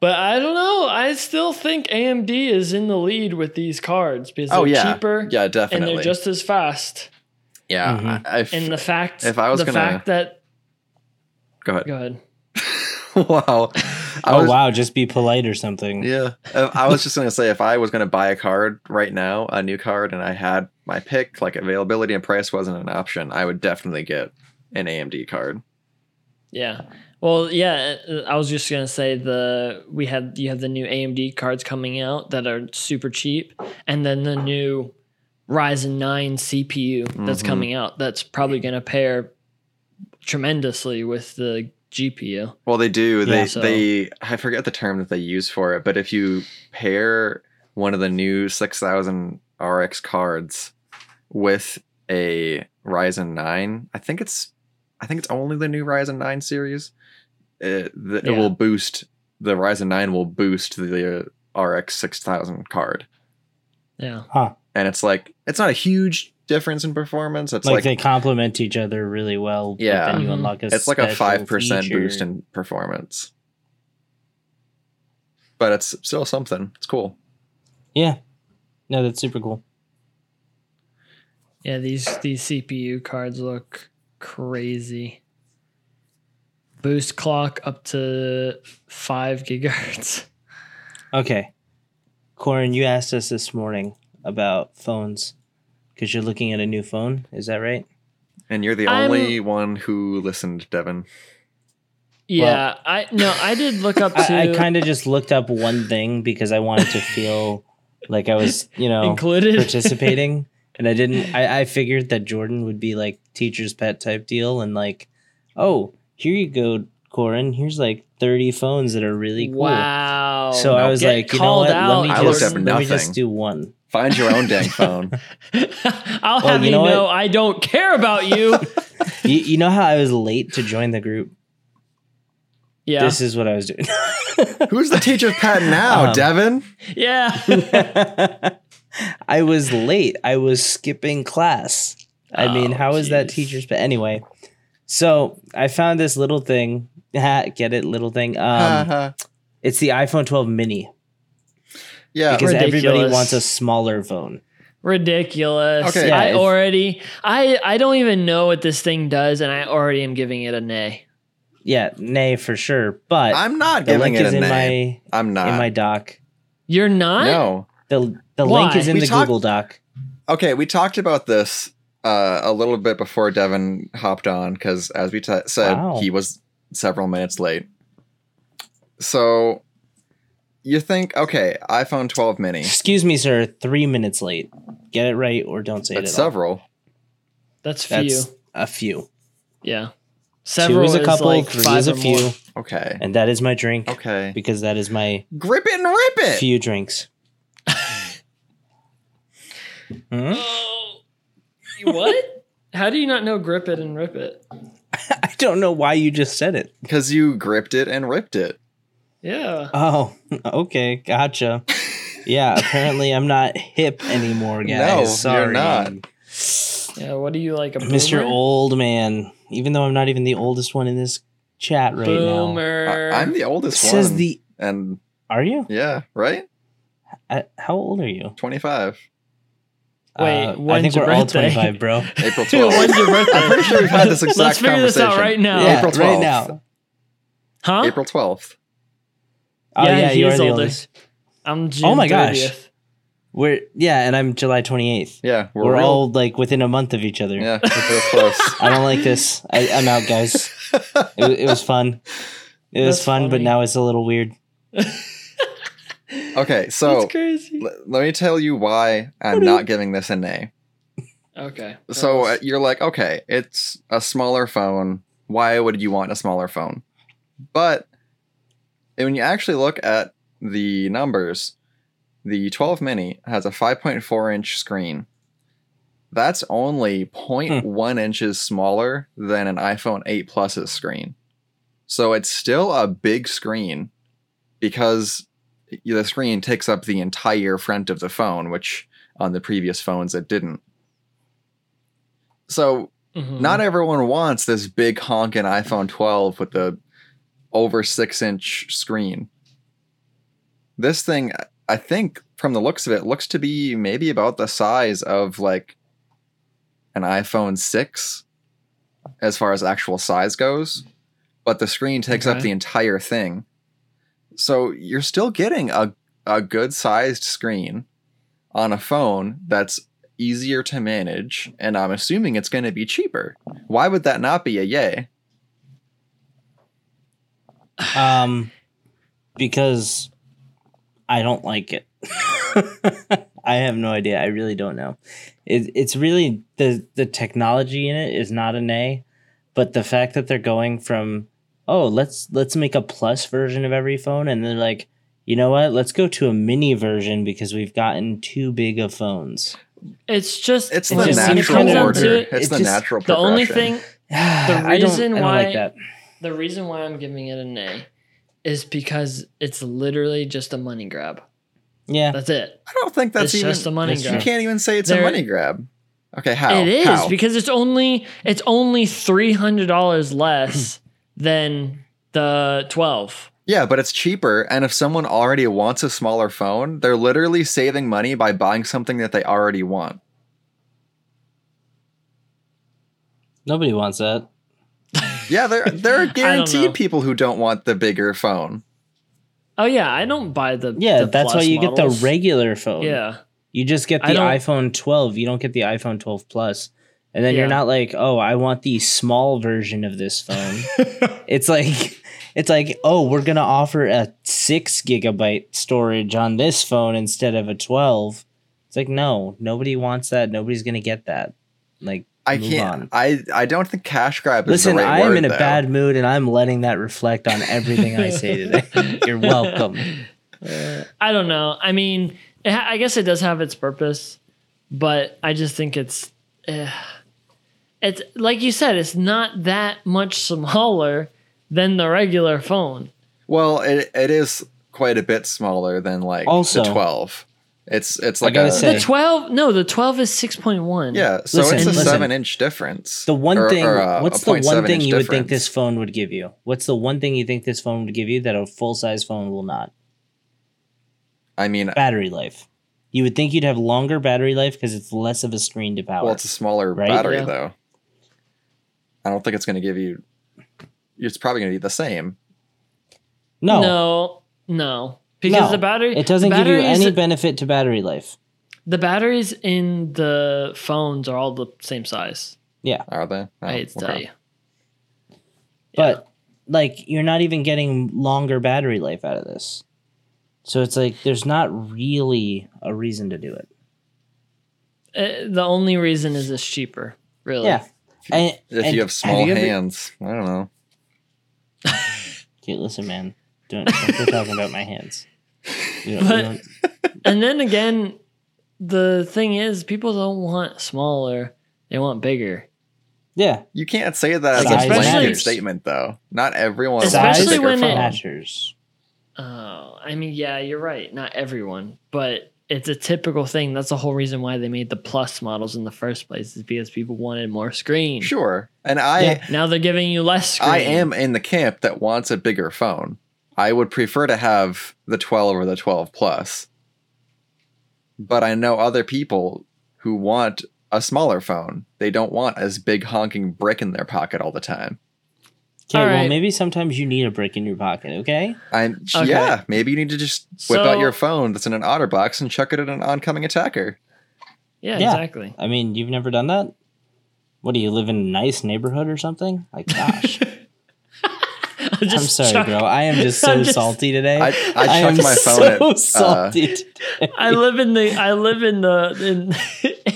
Speaker 3: But I don't know. I still think AMD is in the lead with these cards because they're
Speaker 1: Oh, yeah.
Speaker 3: cheaper
Speaker 1: Yeah,
Speaker 3: and
Speaker 1: definitely.
Speaker 3: they're just as fast.
Speaker 1: yeah,
Speaker 2: Mhm.
Speaker 1: I- I f-
Speaker 3: And the fact
Speaker 1: If I was
Speaker 3: the
Speaker 1: gonna-
Speaker 3: fact that
Speaker 1: go ahead.
Speaker 3: go ahead.
Speaker 1: wow. I
Speaker 2: Oh
Speaker 1: was-
Speaker 2: wow, just be polite or something.
Speaker 1: Yeah. Uh, I was just going to say if I was going to buy a card right now, a new card, and I had my pick, like availability and price wasn't an option, I would definitely get an AMD card.
Speaker 3: Yeah. Well, yeah, uh, I was just gonna say the we have you have the new AMD cards coming out that are super cheap, and then the new Ryzen nine CPU that's
Speaker 2: Mm-hmm.
Speaker 1: Mhm.
Speaker 3: coming out that's probably gonna pair tremendously with the GPU.
Speaker 1: Well, they do. They,
Speaker 2: Yeah,
Speaker 3: so-
Speaker 1: they, I forget the term that they use for it, but if you pair one of the new 6000 RX cards with a Ryzen 9, I think it's, I think it's only the new Ryzen 9 series. It, th-
Speaker 3: Yeah.
Speaker 1: it will boost, the Ryzen 9 will boost the uh, RX 6000 card.
Speaker 3: Yeah.
Speaker 1: and it's like it's not a huge difference in performance. It's
Speaker 2: like,
Speaker 1: like,
Speaker 2: they complement each other really well. but
Speaker 1: Yeah.
Speaker 2: then you
Speaker 3: Mhm.
Speaker 2: unlock a
Speaker 1: it's like a
Speaker 2: special
Speaker 1: five percent
Speaker 2: feature.
Speaker 1: boost in performance, but it's still something. It's cool.
Speaker 2: yeah. No, that's super cool.
Speaker 3: Yeah, these these CPU cards look crazy. Boost clock up to five gigahertz.
Speaker 2: Okay, Corin, you asked us this morning about phones because you're looking at a new phone. Is that right?
Speaker 1: And you're the
Speaker 3: I'm-
Speaker 1: only one who listened, Devin.
Speaker 3: Yeah, I no, I did look up to
Speaker 2: I, I kind of just looked up one thing because I wanted to feel like I was, you know,
Speaker 3: included
Speaker 2: participating. And I didn't. I, I figured that Jordan would be like teacher's pet type deal, and like, oh, here you go, Corin. Here's like thirty phones that are really cool.
Speaker 3: Wow.
Speaker 1: Oh,
Speaker 2: So I was
Speaker 3: Get
Speaker 2: like, you know
Speaker 3: called
Speaker 2: what?
Speaker 3: out,
Speaker 2: Let me
Speaker 1: I looked
Speaker 2: just
Speaker 1: up
Speaker 2: let me
Speaker 1: nothing.
Speaker 2: just do one.
Speaker 1: Find your own dang phone.
Speaker 3: I'll
Speaker 2: Well,
Speaker 3: have
Speaker 2: you
Speaker 3: you know,
Speaker 2: know what?
Speaker 3: I don't care about you.
Speaker 2: You, you know how I was late to join the group.
Speaker 3: yeah.
Speaker 2: This is what I was doing.
Speaker 1: Who's the teacher's pet now,
Speaker 2: Um,
Speaker 1: Devin?
Speaker 3: yeah.
Speaker 2: I was late. I was skipping class. I mean,
Speaker 3: Oh,
Speaker 2: how is that
Speaker 3: jeez.
Speaker 2: teacher's? But anyway, so I found this little thing. Get it, little thing. Um, it's the iPhone 12 mini
Speaker 1: Uh-huh. yeah,
Speaker 2: because everybody
Speaker 3: Ridiculous.
Speaker 2: wants a smaller phone.
Speaker 3: ridiculous.
Speaker 1: Okay.
Speaker 2: Yeah,
Speaker 3: I
Speaker 2: it's-
Speaker 3: already I I don't even know what this thing does and I already am giving it a nay.
Speaker 2: Yeah, nay for sure. But
Speaker 1: I'm not
Speaker 2: the
Speaker 1: giving
Speaker 2: link
Speaker 1: it
Speaker 2: is
Speaker 1: a Uh,
Speaker 2: in
Speaker 1: name.
Speaker 2: my
Speaker 1: I'm not.
Speaker 2: in my doc.
Speaker 3: You're not?
Speaker 1: no.
Speaker 2: The the
Speaker 3: Why?
Speaker 2: link is in
Speaker 1: We
Speaker 2: the
Speaker 1: talked-
Speaker 2: Google Doc.
Speaker 1: Okay, we talked about this uh, a little bit before Devin hopped on because, as we t- said,
Speaker 2: Wow.
Speaker 1: he was several minutes late. So you think, okay, iPhone 12 mini.
Speaker 2: Excuse me, sir. Three minutes late. Get it right or don't say it at
Speaker 1: That's
Speaker 2: all.
Speaker 1: several.
Speaker 3: That's few.
Speaker 2: That's a few.
Speaker 3: yeah. Several
Speaker 2: Two is a couple.
Speaker 3: like
Speaker 2: three
Speaker 3: five
Speaker 2: is
Speaker 3: or
Speaker 2: a few.
Speaker 3: more.
Speaker 1: Okay.
Speaker 2: And that is my drink
Speaker 1: Okay.
Speaker 2: because that is my
Speaker 1: Grip it and rip it.
Speaker 2: few drinks. Hmm?
Speaker 3: Oh, what? How do you not know grip it and rip it?
Speaker 2: I don't know why you just said it.
Speaker 1: Because you gripped it and ripped it.
Speaker 3: Yeah.
Speaker 2: Oh, okay, gotcha. yeah, apparently I'm not hip anymore,
Speaker 1: No,
Speaker 2: guys.
Speaker 1: you're
Speaker 2: Sorry.
Speaker 1: not.
Speaker 3: Yeah, what are you like a boomer?
Speaker 2: Mr. Old Man. Even though I'm not even the oldest one in this chat right now.
Speaker 3: Boomer.
Speaker 1: I- I'm the
Speaker 2: It
Speaker 1: oldest
Speaker 2: says
Speaker 1: one.
Speaker 2: the
Speaker 1: and
Speaker 2: Are you?
Speaker 1: yeah, right?
Speaker 2: I, how old are you?
Speaker 1: 25.
Speaker 3: Wait,
Speaker 2: Uh, I
Speaker 3: when's
Speaker 2: think
Speaker 3: your
Speaker 2: we're all
Speaker 3: birthday?
Speaker 2: 25, bro.
Speaker 1: April 12th.
Speaker 3: When's your birthday?
Speaker 1: I'm pretty sure we've had this exact
Speaker 3: Let's figure this out
Speaker 1: conversation.
Speaker 3: right now.
Speaker 2: yeah,
Speaker 1: April
Speaker 2: right
Speaker 1: 12th.
Speaker 2: now.
Speaker 3: Huh?
Speaker 1: April 12th.
Speaker 2: Oh
Speaker 3: Yeah,
Speaker 2: yeah,
Speaker 3: he
Speaker 2: you
Speaker 3: is
Speaker 2: are the
Speaker 3: older.
Speaker 2: oldest. Oh
Speaker 3: I'm June
Speaker 2: my gosh.
Speaker 3: 30th.
Speaker 2: We're yeah, and I'm July 28th.
Speaker 1: Yeah, we're,
Speaker 2: We're,
Speaker 1: real-
Speaker 2: all like within a month of each other.
Speaker 1: Yeah, we're real close.
Speaker 2: I don't like this. I, I'm out, guys. It, wa- it was fun. It was
Speaker 3: That's
Speaker 2: fun, but
Speaker 3: funny.
Speaker 2: now it's a little weird.
Speaker 1: Okay, so
Speaker 3: That's crazy.
Speaker 1: l- let me tell you why I'm not giving this an A.
Speaker 3: Okay. that
Speaker 1: So uh,
Speaker 3: was-
Speaker 1: you're like, okay, it's a smaller phone. Why would you want a smaller phone? But when you actually look at the numbers, the 12 mini has a 5.4 inch screen. That's only 0.1 inches smaller than an iPhone 8 Plus's screen. So it's still a big screen because the screen takes up the entire front of the phone, which on the previous phones it didn't. So
Speaker 3: Mhm.
Speaker 1: not everyone wants this big honking iPhone 12 with the over six inch screen. This thing, I think, from the looks of it, looks to be maybe about the size of like an iPhone 6 as far as actual size goes, but the screen takes up
Speaker 3: Okay.
Speaker 1: the entire thing. So you're still getting a, a good sized screen on a phone that's easier to manage, and I'm assuming it's going to be cheaper. Why would that not be a yay?
Speaker 2: Um, because I don't like it. I have no idea. I really don't know. It, it's really the the technology in it is not an A, but the fact that they're going from oh let's let's make a plus version of every phone, and they're like, you know what? Let's go to a mini version because we've gotten too big of phones.
Speaker 3: It's just
Speaker 1: It's
Speaker 2: It
Speaker 1: the
Speaker 2: just seems
Speaker 1: natural
Speaker 2: comes down
Speaker 1: order.
Speaker 2: to
Speaker 3: it-
Speaker 1: it's
Speaker 2: it
Speaker 1: the
Speaker 2: just-
Speaker 1: natural
Speaker 3: the only
Speaker 1: progression.
Speaker 3: thing
Speaker 2: I don't-
Speaker 3: reason
Speaker 2: I don't
Speaker 3: why-
Speaker 2: like that.
Speaker 3: the reason why I'm giving it an A is because it's literally just a money grab.
Speaker 2: Yeah,
Speaker 3: That's it.
Speaker 1: I don't think that's
Speaker 3: it's
Speaker 1: even.
Speaker 3: just a money
Speaker 2: that's
Speaker 1: you
Speaker 3: grab.
Speaker 2: true.
Speaker 1: can't even say it's a
Speaker 3: There-
Speaker 1: money grab. Okay, how?
Speaker 3: It is
Speaker 1: How?
Speaker 3: because it's only it's only three hundred dollars less than the twelve.
Speaker 1: yeah, but it's cheaper. And if someone already wants a smaller phone, they're literally saving money by buying something that they already want.
Speaker 2: nobody wants that.
Speaker 1: Yeah, there there are
Speaker 3: know.
Speaker 1: guaranteed people who don't want the bigger phone.
Speaker 3: Oh yeah, I don't buy the
Speaker 2: Yeah,
Speaker 3: the
Speaker 2: that's why
Speaker 3: plus
Speaker 2: you get
Speaker 3: models.
Speaker 2: the regular phone.
Speaker 3: Yeah,
Speaker 2: You just get
Speaker 3: I
Speaker 2: the
Speaker 3: don't-
Speaker 2: iPhone 12. You don't get the iPhone 12 Plus. And then
Speaker 3: Yeah.
Speaker 2: you're not like, oh, I want the small version of this phone. it's like, it's like, oh, we're gonna offer a six gigabyte storage on this phone instead of a 12. It's like, no, nobody wants that. Nobody's gonna get that. Like,
Speaker 1: I
Speaker 2: Move
Speaker 1: can't.
Speaker 2: on.
Speaker 1: I I don't think cash grab is
Speaker 2: listen,
Speaker 1: the right
Speaker 2: I am
Speaker 1: word,
Speaker 2: in a
Speaker 1: though.
Speaker 2: bad mood, and I'm letting that reflect on everything I say today. you're welcome.
Speaker 3: Uh, I don't know. I mean, it ha- I guess it does have its purpose, but I just think it's eh. it's like you said, it's not that much smaller than the regular phone.
Speaker 1: Well, it it is quite a bit smaller than like
Speaker 2: Also-
Speaker 1: the twelve. It's it's
Speaker 2: I
Speaker 1: like
Speaker 2: gotta
Speaker 1: a
Speaker 2: say-
Speaker 3: The twelve, no, the twelve is six point one.
Speaker 1: yeah. So
Speaker 2: Listen,
Speaker 1: it's a
Speaker 2: listen.
Speaker 1: seven inch difference.
Speaker 2: The one
Speaker 1: Or-
Speaker 2: thing,
Speaker 1: or, uh,
Speaker 2: what's
Speaker 1: a
Speaker 2: the
Speaker 1: 0.7
Speaker 2: one thing
Speaker 1: inch
Speaker 2: you would think
Speaker 1: difference.
Speaker 2: this phone would give you? What's the one thing you think this phone would give you that a full size phone will not?
Speaker 1: I mean,
Speaker 2: Battery life. You would think you'd have longer battery life because it's less of a screen to power.
Speaker 1: Well, it's a smaller
Speaker 2: Right?
Speaker 1: battery
Speaker 3: Yeah.
Speaker 1: though. I don't think it's going to give you. It's probably going to be the same.
Speaker 2: no,
Speaker 3: no, no. Because
Speaker 2: No,
Speaker 3: the battery
Speaker 2: it doesn't
Speaker 3: the
Speaker 2: give you
Speaker 3: batteries-
Speaker 2: any benefit to battery life.
Speaker 3: The batteries in the phones are all the same size.
Speaker 1: Are they? Oh,
Speaker 3: I hate to tell
Speaker 1: okay.
Speaker 3: you.
Speaker 2: But like you're not even getting longer battery life out of this. So it's like there's not really a reason to do it.
Speaker 3: Uh, the only reason is it's cheaper, really.
Speaker 2: Yeah. And,
Speaker 1: If
Speaker 2: and
Speaker 1: you have small
Speaker 2: you ever-
Speaker 1: hands, I don't know.
Speaker 2: Okay, listen, man. Don't don't go talking about my hands. You don't- you
Speaker 3: But-
Speaker 2: don't-
Speaker 3: And then again, the thing is, people don't want smaller; they want bigger.
Speaker 2: yeah,
Speaker 1: You can't say that as
Speaker 2: Size
Speaker 1: a blanket
Speaker 3: matters.
Speaker 1: statement, though. Not everyone wants a
Speaker 2: size
Speaker 3: Especially
Speaker 1: bigger
Speaker 3: when it-
Speaker 1: phone.
Speaker 2: matters.
Speaker 3: Oh, I mean, yeah, you're right. Not everyone, but it's a typical thing. That's the whole reason why they made the plus models in the first place is because people wanted more screen.
Speaker 1: Sure, and I
Speaker 2: Yeah.
Speaker 3: Now they're giving you less screen.
Speaker 1: I am in the camp that wants a bigger phone. I would prefer to have the 12 or the 12 plus. But I know other people who want a smaller phone. They don't want as big honking brick in their pocket all the time.
Speaker 2: Okay,
Speaker 3: All
Speaker 2: well
Speaker 3: right.
Speaker 2: maybe sometimes you need a brick in your pocket. Okay,
Speaker 1: I'm
Speaker 3: Okay.
Speaker 1: yeah, maybe you need to just whip
Speaker 3: So-
Speaker 1: out your phone that's in an otter box and chuck it at an oncoming attacker.
Speaker 3: Yeah,
Speaker 2: Yeah.
Speaker 3: exactly.
Speaker 2: I mean you've never done that. What do you live in a nice neighborhood or something? Like gosh,
Speaker 3: I'm,
Speaker 2: I'm sorry, bro. I am just so
Speaker 3: I'm just-
Speaker 2: salty today.
Speaker 1: I, I chucked
Speaker 2: am
Speaker 1: my phone
Speaker 2: so
Speaker 1: at uh,
Speaker 2: salty. today.
Speaker 3: I live in the I live in the in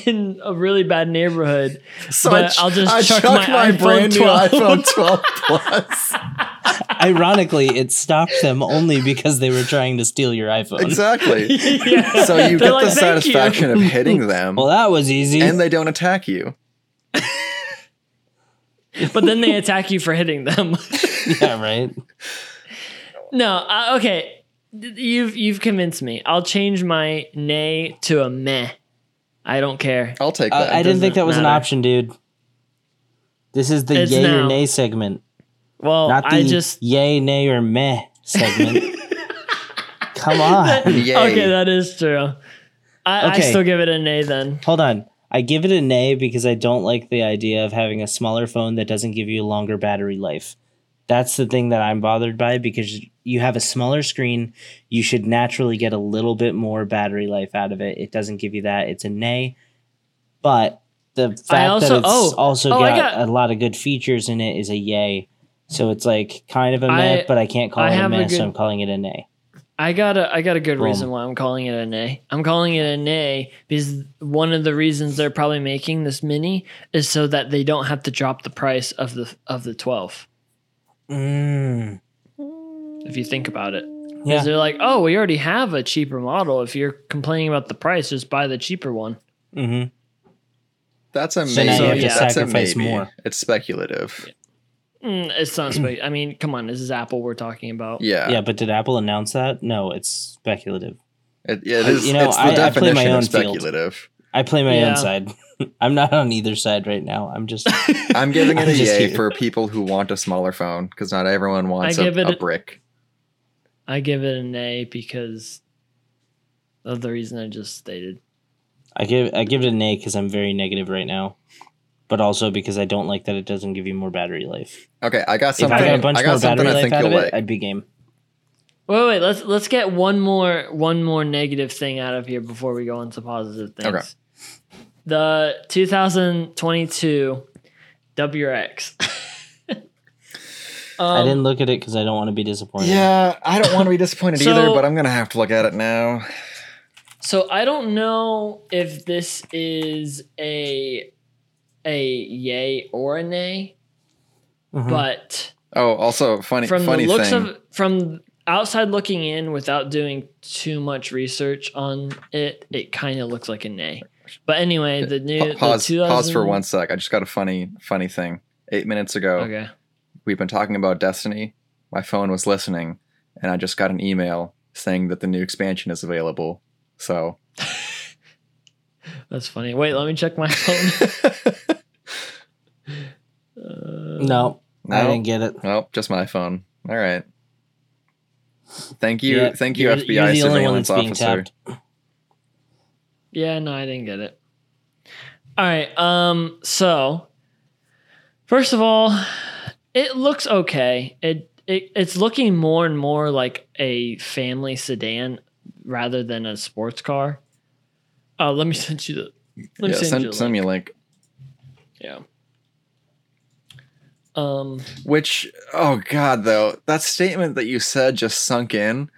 Speaker 3: in a really bad neighborhood.
Speaker 1: so
Speaker 3: But I'll just
Speaker 1: I
Speaker 3: chuck
Speaker 1: chucked
Speaker 3: my iPhone
Speaker 1: new
Speaker 3: 12.
Speaker 1: iPhone 12 plus.
Speaker 2: Ironically, it stopped them only because they were trying to steal your iPhone.
Speaker 1: exactly.
Speaker 3: Yeah.
Speaker 1: So you
Speaker 3: They're
Speaker 1: get
Speaker 3: like,
Speaker 1: the
Speaker 3: "Thank you."
Speaker 1: satisfaction of hitting them.
Speaker 2: Well, that was easy.
Speaker 1: and they don't attack you.
Speaker 3: but then they attack you for hitting them.
Speaker 2: yeah, right.
Speaker 3: no, uh, okay. D- You've you've convinced me. I'll change my nay to a meh. I don't care.
Speaker 1: I'll take that.
Speaker 2: uh, I, I didn't think that
Speaker 3: doesn't
Speaker 2: was an
Speaker 3: matter.
Speaker 2: option, dude. This is the
Speaker 3: It's
Speaker 2: yay or
Speaker 3: now.
Speaker 2: nay segment,
Speaker 3: Well,
Speaker 2: not the
Speaker 3: Oh, I just
Speaker 2: yay, nay, or meh segment. Come on.
Speaker 1: Yay.
Speaker 3: okay. That is true. I, I
Speaker 2: Okay.
Speaker 3: still give it a nay then.
Speaker 2: Hold on. I give it a nay because I don't like the idea of having a smaller phone that doesn't give you a longer battery life. That's the thing that I'm bothered by because you have a smaller screen. You should naturally get a little bit more battery life out of it. It doesn't give you that. It's a nay. But the fact
Speaker 3: also-
Speaker 2: that it's
Speaker 3: oh,
Speaker 2: also
Speaker 3: oh, I
Speaker 2: got,
Speaker 3: got-
Speaker 2: a lot of good features in it is a yay. So it's like kind of a meh,
Speaker 3: I-
Speaker 2: but I can't call
Speaker 3: I
Speaker 2: it a
Speaker 3: have a
Speaker 2: meh, so
Speaker 3: good-
Speaker 2: I'm calling it a nay.
Speaker 3: I got a I got a good
Speaker 2: Well-
Speaker 3: reason why I'm calling it an A. I'm calling it an A because one of the reasons they're probably making this mini is so that they don't have to drop the price of the of the 12.
Speaker 2: Mm,
Speaker 3: If you think about it, because
Speaker 2: yeah.
Speaker 3: they're like, oh, we already have a cheaper model. If you're complaining about the price, just buy the cheaper one.
Speaker 2: hmm
Speaker 1: That's a
Speaker 2: So
Speaker 1: maybe.
Speaker 3: now you have to
Speaker 1: That's a
Speaker 2: sacrifice
Speaker 1: maybe.
Speaker 2: more.
Speaker 1: It's speculative.
Speaker 3: Mm, it's not. spe- I mean, come on, this is Apple we're talking about.
Speaker 1: Yeah.
Speaker 2: yeah, but did Apple announce that? No, it's speculative.
Speaker 1: It, yeah, it
Speaker 2: I-
Speaker 1: is,
Speaker 2: you know,
Speaker 1: it's the
Speaker 2: I- I play my
Speaker 1: definition
Speaker 2: own
Speaker 1: of
Speaker 2: field.
Speaker 1: speculative.
Speaker 2: I play my
Speaker 3: Yeah.
Speaker 2: own side. I'm not on either side right now. I'm just
Speaker 1: I'm giving it
Speaker 2: I'm
Speaker 1: a
Speaker 2: just
Speaker 1: yay
Speaker 2: here.
Speaker 1: for people who want a smaller phone because not everyone wants a,
Speaker 3: give it
Speaker 1: a
Speaker 3: a-
Speaker 1: brick.
Speaker 3: I give it an A because of the reason I just stated.
Speaker 2: I give I give it an A because I'm very negative right now, but also because I don't like that it doesn't give you more battery life.
Speaker 1: Okay, I got
Speaker 2: If
Speaker 1: something.
Speaker 2: I got
Speaker 1: I
Speaker 2: a bunch
Speaker 1: got,
Speaker 2: more
Speaker 1: something
Speaker 2: battery
Speaker 1: I
Speaker 2: life
Speaker 1: think
Speaker 2: out
Speaker 1: you'll
Speaker 2: of it,
Speaker 1: like.
Speaker 2: I'd be game.
Speaker 3: Wait, wait. Let's let's get one more one more negative thing out of here before we go into positive things.
Speaker 1: Okay.
Speaker 3: The 2022 WRX. um,
Speaker 2: I didn't look at it because I don't want to be disappointed.
Speaker 1: yeah, I don't want to be disappointed
Speaker 3: So-
Speaker 1: either, but I'm gonna have to look at it now.
Speaker 3: So I don't know if this is a a yay or a nay,
Speaker 1: Mm-hmm.
Speaker 2: Mhm.
Speaker 3: but
Speaker 1: Oh, also funny,
Speaker 3: from
Speaker 1: funny
Speaker 3: the looks
Speaker 1: thing.
Speaker 3: of from outside looking in without doing too much research on it, it kind of looks like a nay. But anyway, the new
Speaker 1: Pa-
Speaker 3: the
Speaker 1: pause, pause for
Speaker 3: 2000
Speaker 1: one sec. I just got a funny, funny thing. Eight minutes ago,
Speaker 3: Okay.
Speaker 1: we've been talking about Destiny. My phone was listening, and I just got an email saying that the new expansion is available. So
Speaker 3: That's funny. Wait, let me check my phone. Uh,
Speaker 2: no, I
Speaker 1: No.
Speaker 2: didn't get it.
Speaker 1: nope, just my phone. All right. Thank you,
Speaker 2: Yep,
Speaker 1: thank you,
Speaker 2: you're-
Speaker 1: FBI
Speaker 2: you're the only one
Speaker 1: surveillance
Speaker 2: that's being
Speaker 1: officer.
Speaker 2: tapped.
Speaker 3: Yeah, no, I didn't get it. All right. Um. So, first of all, it looks okay. It, it it's looking more and more like a family sedan rather than a sports car. Uh, let me send you the. Let me
Speaker 1: yeah,
Speaker 3: send,
Speaker 1: send,
Speaker 3: you. the
Speaker 1: send me a link.
Speaker 3: link. Yeah. Um.
Speaker 1: Which, oh god, though that statement that you said just sunk in.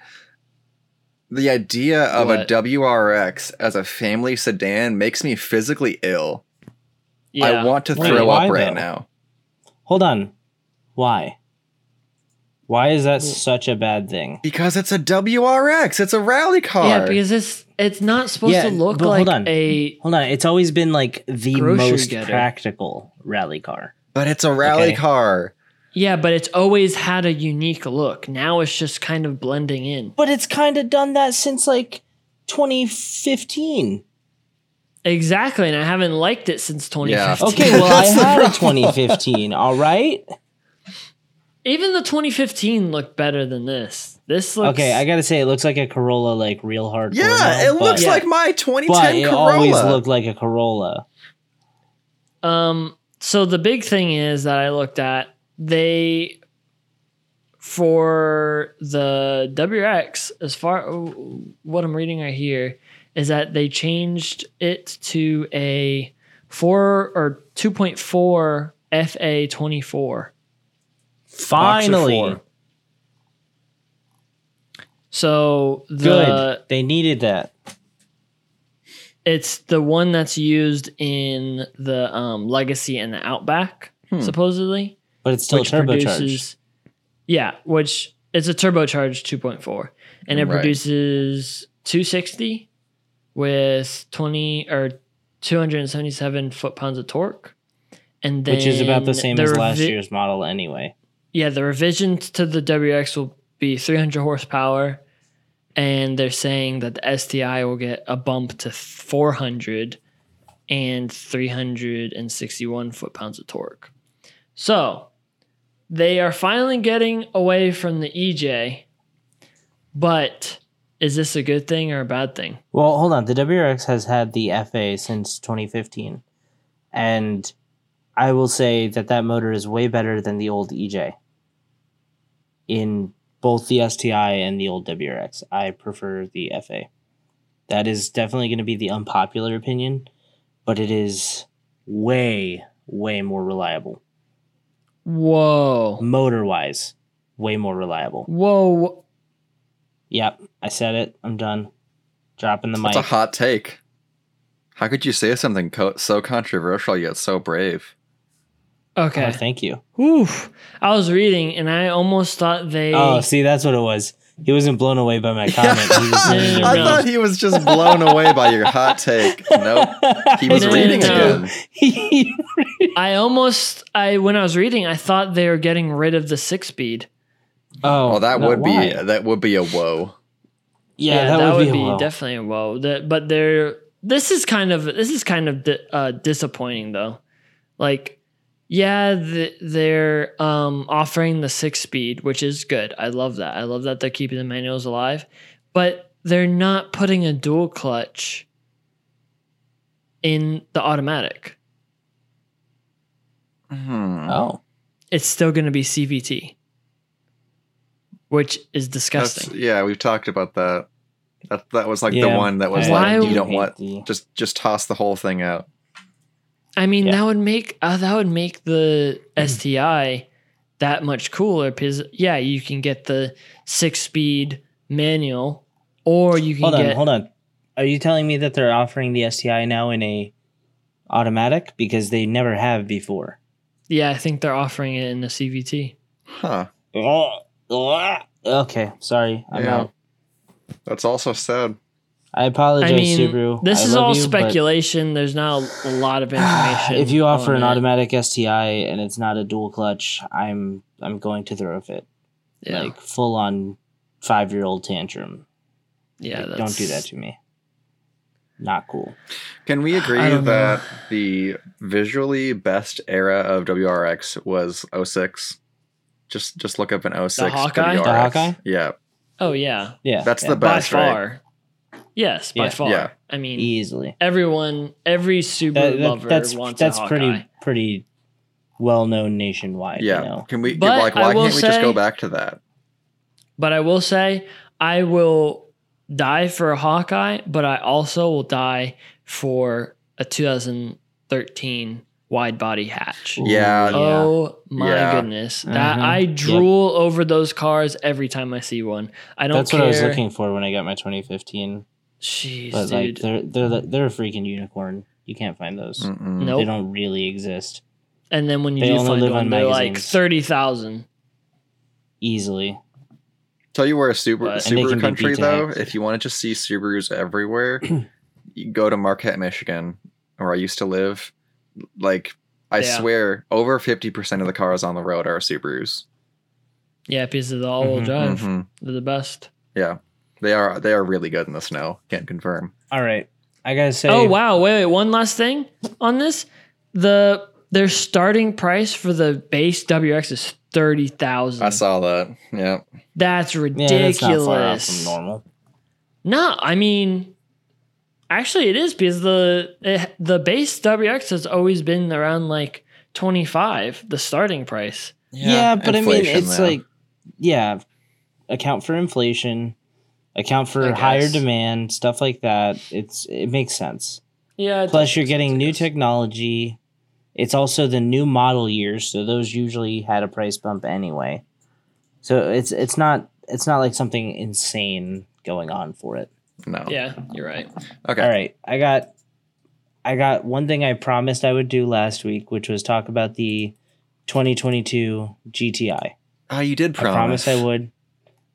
Speaker 1: The idea of
Speaker 3: What?
Speaker 1: a WRX as a family sedan makes me physically ill.
Speaker 3: Yeah.
Speaker 1: I want to
Speaker 2: Wait,
Speaker 1: throw
Speaker 2: why,
Speaker 1: up right
Speaker 2: though?
Speaker 1: now.
Speaker 2: Hold on. Why? Why is that
Speaker 3: Well-
Speaker 2: such a bad thing?
Speaker 1: Because it's a WRX. It's a rally car.
Speaker 3: Yeah, because it's it's not supposed
Speaker 2: Yeah,
Speaker 3: to look
Speaker 2: but
Speaker 3: like
Speaker 2: hold on.
Speaker 3: a
Speaker 2: Hold on. It's always been like the
Speaker 3: Grocery
Speaker 2: most
Speaker 3: getter.
Speaker 2: practical rally car.
Speaker 1: but it's a rally
Speaker 2: Okay.
Speaker 1: car.
Speaker 3: yeah, but it's always had a unique look. Now it's just kind of blending in.
Speaker 2: But it's kind of done that since like 2015.
Speaker 3: Exactly, and I haven't liked it since 2015.
Speaker 2: Okay, well, I
Speaker 1: That's the
Speaker 2: had a
Speaker 1: problem.
Speaker 2: 2015, all right?
Speaker 3: Even the 2015 looked better than this. This looks
Speaker 2: Okay, I gotta say, it looks like a Corolla, like real hard.
Speaker 1: Yeah, it looks like my 2010
Speaker 2: But it
Speaker 1: Corolla.
Speaker 2: always looked like a Corolla.
Speaker 3: Um, so the big thing is that I looked at they for the WRX as far what I'm reading right here is that they changed it to a four or two point four FA twenty four.
Speaker 2: Finally,
Speaker 1: four.
Speaker 3: So
Speaker 2: good.
Speaker 3: the
Speaker 2: they needed that.
Speaker 3: it's the one that's used in the um, Legacy and the Outback
Speaker 1: Hmm.
Speaker 3: supposedly.
Speaker 2: But it's still turbocharged.
Speaker 3: yeah, which it's a turbocharged 2.4, and it
Speaker 1: Right.
Speaker 3: produces 260 with 20 or 277 foot pounds of torque, and then
Speaker 2: which is about the same as last
Speaker 3: revi-
Speaker 2: year's model anyway.
Speaker 3: Yeah, the revisions to the WX will be 300 horsepower, and they're saying that the STI will get a bump to 400 and 361 foot pounds of torque. So they are finally getting away from the EJ, but is this a good thing or a bad thing?
Speaker 2: Well, hold on. The WRX has had the FA since 2015, and I will say that that motor is way better than the old EJ. In both the STI and the old WRX, I prefer the FA. That is definitely going to be the unpopular opinion, but it is way, way more reliable.
Speaker 3: Whoa.
Speaker 2: Motor wise, way more reliable.
Speaker 3: Whoa.
Speaker 2: Yep, I said it. I'm done. Dropping the
Speaker 1: That's a
Speaker 2: mic.
Speaker 1: hot take. How could you say something co- so controversial yet so brave?
Speaker 3: Okay.
Speaker 2: Oh, thank you.
Speaker 3: Oof. I was reading and I almost thought they.
Speaker 2: Oh, see, that's what it was. He wasn't blown away by my comment. He was reading
Speaker 1: I
Speaker 3: real.
Speaker 1: thought he was just blown away by your hot take. Nope. He was
Speaker 3: No,
Speaker 1: reading
Speaker 3: no, no.
Speaker 1: again.
Speaker 2: again.
Speaker 3: I almost I when I was reading, I thought they were getting rid of the six speed.
Speaker 2: oh,
Speaker 1: Well, that
Speaker 2: no,
Speaker 1: would
Speaker 2: why?
Speaker 1: be uh, that would be a whoa.
Speaker 2: yeah, that, would, be, hello.
Speaker 3: definitely a whoa. That, but they're this is kind of this is kind of di- uh, disappointing though. Like, yeah, th- they're um, offering the six speed, which is good. I love that. I love that they're keeping the manuals alive, but they're not putting a dual clutch in the automatic.
Speaker 1: Hmm.
Speaker 2: Oh,
Speaker 3: It's still going to be CVT, which
Speaker 1: That's-
Speaker 3: is disgusting.
Speaker 1: yeah, we've talked about that. That that was like
Speaker 2: Yeah.
Speaker 1: the one that was
Speaker 3: I
Speaker 1: like
Speaker 3: do
Speaker 1: you don't
Speaker 2: hate
Speaker 1: want
Speaker 2: the-
Speaker 1: just just toss the whole thing out.
Speaker 3: I mean,
Speaker 2: Yeah. Hmm.
Speaker 3: that would make uh, that would make the STI that much cooler because yeah, you can get the six speed manual, or you can
Speaker 2: Hold on,
Speaker 3: get
Speaker 2: hold on. Are you telling me that they're offering the STI now in a automatic because they never have before?
Speaker 3: yeah. I think they're offering it in the CVT.
Speaker 1: Huh.
Speaker 2: Okay, sorry, I'm
Speaker 1: Yeah.
Speaker 2: out.
Speaker 1: That's also sad.
Speaker 2: I apologize,
Speaker 3: I mean,
Speaker 2: Subaru.
Speaker 3: this
Speaker 2: I
Speaker 3: is
Speaker 2: love
Speaker 3: all
Speaker 2: you, but
Speaker 3: speculation. There's not a lot of information.
Speaker 2: if you offer
Speaker 3: on
Speaker 2: an
Speaker 3: it.
Speaker 2: automatic STI and it's not a dual clutch, I'm I'm going to throw a fit.
Speaker 3: yeah,
Speaker 2: like full on five year old tantrum.
Speaker 3: yeah,
Speaker 2: Like,
Speaker 3: that's,
Speaker 2: don't do that to me. Not cool.
Speaker 1: Can we agree
Speaker 3: I
Speaker 1: that
Speaker 3: don't
Speaker 1: the visually best era of WRX was 06? Just just look up an 06
Speaker 3: Hawkeye? The
Speaker 1: WRX.
Speaker 2: Hawkeye?
Speaker 1: Yeah.
Speaker 3: Oh yeah,
Speaker 2: Yeah,
Speaker 1: That's
Speaker 2: yeah.
Speaker 1: the
Speaker 3: by
Speaker 1: best, right?
Speaker 3: far. Yes, by
Speaker 2: Yeah.
Speaker 3: far.
Speaker 1: Yeah.
Speaker 3: I mean,
Speaker 2: easily.
Speaker 3: everyone, every Subaru
Speaker 2: That- that-
Speaker 3: lover
Speaker 2: that's
Speaker 3: wants
Speaker 2: that's
Speaker 3: a Hawkeye.
Speaker 2: pretty pretty well known nationwide.
Speaker 1: yeah.
Speaker 2: You know?
Speaker 1: Can we
Speaker 3: But
Speaker 1: like
Speaker 3: I
Speaker 1: why
Speaker 3: will
Speaker 1: can't we just
Speaker 3: say-
Speaker 1: go back to that?
Speaker 3: But I will say, I will die for a Hawkeye, but I also will die for a 2013 wide body hatch.
Speaker 1: Yeah.
Speaker 3: Oh my
Speaker 1: Yeah.
Speaker 3: goodness! That
Speaker 2: Mhm.
Speaker 3: I
Speaker 2: Yep.
Speaker 3: drool over those cars every time I see one. I don't
Speaker 2: that's
Speaker 3: care.
Speaker 2: what I was looking for when I got my 2015.
Speaker 3: Jeez,
Speaker 2: But like
Speaker 3: dude.
Speaker 2: they're they're they're a freaking unicorn. You can't find those.
Speaker 1: Mm-mm.
Speaker 2: They
Speaker 3: nope.
Speaker 2: don't really exist
Speaker 3: And then when you
Speaker 2: they
Speaker 3: do
Speaker 2: only
Speaker 3: find
Speaker 2: live
Speaker 3: one,
Speaker 2: on
Speaker 3: they're like
Speaker 2: magazines.
Speaker 3: thirty thousand.
Speaker 2: easily.
Speaker 1: Tell you where a Subaru,
Speaker 3: But-
Speaker 2: And they can
Speaker 1: Subaru
Speaker 2: be
Speaker 1: country
Speaker 2: beat
Speaker 1: though,
Speaker 2: up.
Speaker 1: if you want to just see Subarus everywhere, you go to Marquette, Michigan, where I used to live. Like I
Speaker 3: Yeah.
Speaker 1: swear, over fifty percent of the cars on the road are Subarus.
Speaker 3: Yeah, pieces of the all-wheel
Speaker 2: Mhm,
Speaker 3: drive.
Speaker 1: Mhm.
Speaker 3: They're the best.
Speaker 1: Yeah, they are. They are really good in the snow. Can't confirm.
Speaker 2: All right, I gotta say.
Speaker 3: Oh wow! Wait, wait. One last thing on this: the their starting price for the base WX is thirty
Speaker 2: Mm.
Speaker 1: I
Speaker 3: thousand.
Speaker 1: saw that. Yeah,
Speaker 3: That's
Speaker 2: Yeah, that's not far off
Speaker 3: ridiculous.
Speaker 2: from normal.
Speaker 3: no, I mean, actually, it is because the it, the base WX has always been around like twenty five, the starting price.
Speaker 2: Yeah, but I mean,
Speaker 1: Inflation,
Speaker 2: it's
Speaker 1: though.
Speaker 2: like, yeah, account for inflation, account
Speaker 3: I
Speaker 2: for higher
Speaker 3: guess.
Speaker 2: demand, stuff like that. It's it makes sense.
Speaker 3: Yeah. it
Speaker 2: Plus,
Speaker 3: does
Speaker 2: you're
Speaker 3: make
Speaker 2: getting
Speaker 3: sense, I
Speaker 2: new
Speaker 3: guess.
Speaker 2: technology. It's also the new model years, so those usually had a price bump anyway. So it's it's not it's not like something insane going on for it.
Speaker 1: no.
Speaker 3: Yeah, you're right.
Speaker 1: Okay.
Speaker 2: All right, I got, I got one thing I promised I would do last week, which was talk about the 2022 GTI.
Speaker 1: Oh, you did
Speaker 2: I
Speaker 1: promise.
Speaker 2: promised I would.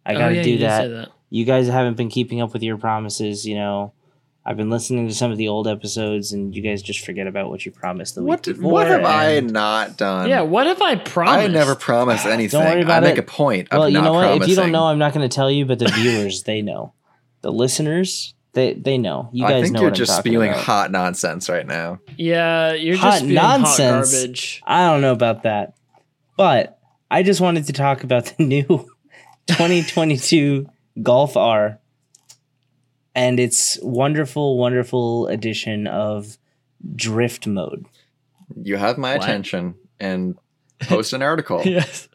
Speaker 2: I
Speaker 3: Oh,
Speaker 2: got to
Speaker 3: yeah, you
Speaker 2: do
Speaker 3: did
Speaker 2: that.
Speaker 3: say that.
Speaker 2: You guys haven't been keeping up with your promises, you know. I've been listening to some of the old episodes, and you guys just forget about what you promised the
Speaker 1: What?
Speaker 2: week
Speaker 1: Did,
Speaker 2: before.
Speaker 1: what have I
Speaker 2: and-
Speaker 1: not done?
Speaker 3: Yeah, what if I
Speaker 1: I
Speaker 3: promised?
Speaker 1: never promise anything.
Speaker 2: worry about
Speaker 1: I make
Speaker 2: it.
Speaker 1: a point.
Speaker 2: Well,
Speaker 1: of
Speaker 2: you
Speaker 1: not
Speaker 2: know what?
Speaker 1: Promising.
Speaker 2: If you don't know, I'm not going to tell you. But the viewers, they know. The listeners, they they know. You guys
Speaker 1: I think
Speaker 2: know
Speaker 1: you're
Speaker 2: what
Speaker 1: just
Speaker 2: I'm talking
Speaker 1: spewing
Speaker 2: about.
Speaker 1: hot nonsense right now.
Speaker 3: Yeah, you're
Speaker 2: Hot
Speaker 3: just being hot
Speaker 2: nonsense.
Speaker 3: garbage.
Speaker 2: I don't know about that. But I just wanted to talk about the new 2022 Golf R and its wonderful, wonderful addition of drift mode.
Speaker 1: You have my
Speaker 3: What?
Speaker 1: attention and post an article.
Speaker 3: Yes.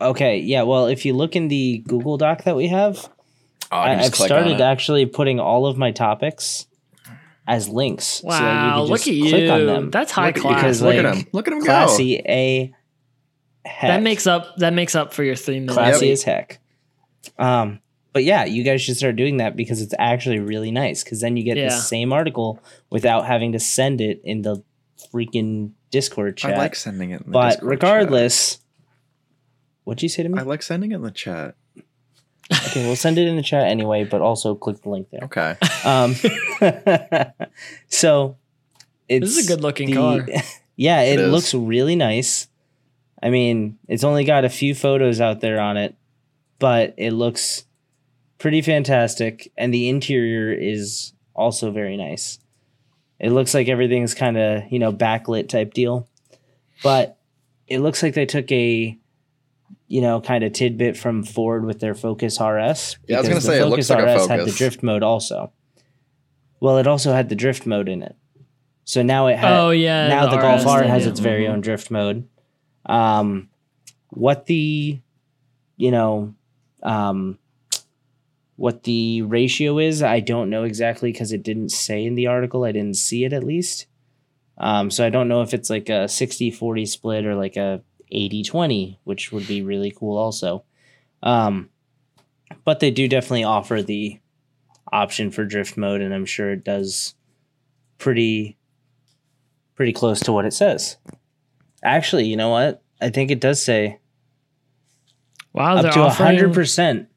Speaker 2: Okay, yeah, well, if you look in the Google Doc that we have,
Speaker 1: Oh,
Speaker 2: I
Speaker 1: can just
Speaker 2: I've
Speaker 1: click on
Speaker 2: started
Speaker 1: it.
Speaker 2: actually putting all of my topics as links. so that
Speaker 3: Wow,
Speaker 2: can
Speaker 3: look
Speaker 2: just
Speaker 3: at you.
Speaker 2: click on them.
Speaker 3: That's high
Speaker 1: look
Speaker 3: class.
Speaker 1: At,
Speaker 2: Because,
Speaker 1: you. look at
Speaker 2: like,
Speaker 1: him. Look at him go.
Speaker 2: Classy A
Speaker 3: that
Speaker 2: heck.
Speaker 3: makes up that makes up for your three minutes.
Speaker 2: classy as heck. Um, but yeah, you guys should start doing that because it's actually really nice. Because then you get
Speaker 3: Yeah.
Speaker 2: the same article without having to send it in the freaking Discord chat.
Speaker 1: I like sending it. In the
Speaker 2: but
Speaker 1: Discord
Speaker 2: regardless, what'd you say to
Speaker 1: chat.
Speaker 2: me?
Speaker 1: I like sending it in the chat.
Speaker 2: okay, we'll send it in the chat anyway, but also click the link there.
Speaker 1: Okay.
Speaker 2: Um, so it's
Speaker 3: This is a good looking
Speaker 2: the-
Speaker 3: car.
Speaker 2: yeah, it,
Speaker 1: It is.
Speaker 2: looks really nice. I mean, it's only got a few photos out there on it, but it looks pretty fantastic. And the interior is also very nice. It looks like everything's kind of, you know, backlit type deal. But it looks like they took a, you know, kind of tidbit from Ford with their Focus RS.
Speaker 1: Yeah, I was
Speaker 2: because
Speaker 1: gonna
Speaker 2: the
Speaker 1: say, it looks like a
Speaker 2: had the
Speaker 1: Focus.
Speaker 2: drift mode also. Well, it also had the drift mode in it. So now it has
Speaker 3: oh yeah.
Speaker 2: now the, Golf
Speaker 3: RS
Speaker 2: R
Speaker 3: they
Speaker 2: has
Speaker 3: do.
Speaker 2: its very
Speaker 1: Mhm.
Speaker 2: own drift mode. Um, what the, you know, um, what the ratio is, I don't know exactly because it didn't say in the article. I didn't see it at least. Um, so I don't know if it's like a 60 40 split or like a 80 20, which would be really cool also. Um, but they do definitely offer the option for drift mode, and I'm sure it does pretty pretty close to what it says. Actually, you know what? I think it does say
Speaker 3: Wow, Oh, they're
Speaker 2: up to
Speaker 3: offering-
Speaker 2: hundred percent,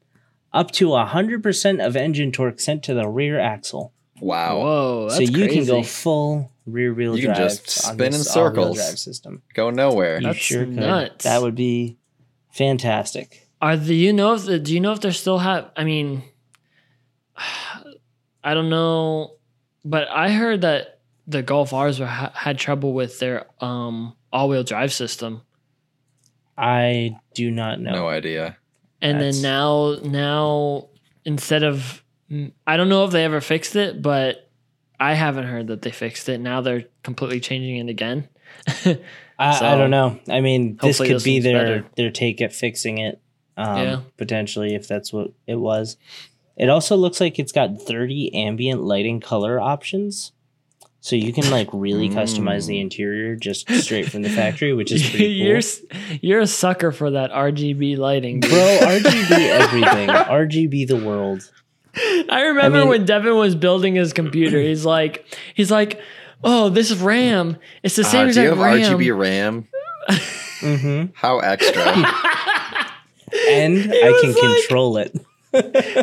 Speaker 2: up to hundred percent of engine torque sent to the rear axle.
Speaker 1: Wow.
Speaker 3: Whoa, that's
Speaker 2: so you can go
Speaker 3: crazy.
Speaker 2: full rear wheel
Speaker 1: You can
Speaker 2: drive.
Speaker 1: just
Speaker 2: on
Speaker 1: spin
Speaker 2: this
Speaker 1: in
Speaker 2: all-wheel
Speaker 1: circles.
Speaker 2: Drive system.
Speaker 1: Go nowhere.
Speaker 2: You
Speaker 3: That's
Speaker 2: sure could.
Speaker 3: nuts.
Speaker 2: That would be fantastic.
Speaker 3: Are the you know if the, do you know if they're still have? I mean, I don't know, but I heard that the Golf R's were, ha- had trouble with their um all-wheel drive system,
Speaker 2: I do not know.
Speaker 1: No idea.
Speaker 3: and
Speaker 2: That's-
Speaker 3: then now now instead of Mm, I don't know if they ever fixed it, but I haven't heard that they fixed it. Now they're completely changing it again.
Speaker 2: I, I
Speaker 3: So-
Speaker 2: don't know. I mean, this
Speaker 3: Hopefully
Speaker 2: could
Speaker 3: this
Speaker 2: be
Speaker 3: one's
Speaker 2: their
Speaker 3: better.
Speaker 2: their take at fixing it. Um,
Speaker 3: Yeah.
Speaker 2: Potentially, if that's what it was. It also looks like it's got 30 ambient lighting color options. So you can like really customize the
Speaker 1: Mm.
Speaker 2: interior just straight from the factory, which is pretty cool.
Speaker 3: Hmm. you're s- you're a sucker for that RGB lighting, dude.
Speaker 2: Bro, RGB everything. RGB the world.
Speaker 3: I remember
Speaker 2: I mean-
Speaker 3: when Devin was building his computer. He's like, he's like, oh, this RAM. It's the
Speaker 1: Uh,
Speaker 3: same
Speaker 1: do you
Speaker 3: exact
Speaker 1: have
Speaker 3: RAM.
Speaker 1: RGB RAM?
Speaker 2: Mm-hmm.
Speaker 1: How extra.
Speaker 2: And
Speaker 3: He
Speaker 2: I
Speaker 3: was
Speaker 2: can
Speaker 3: like-
Speaker 2: control it.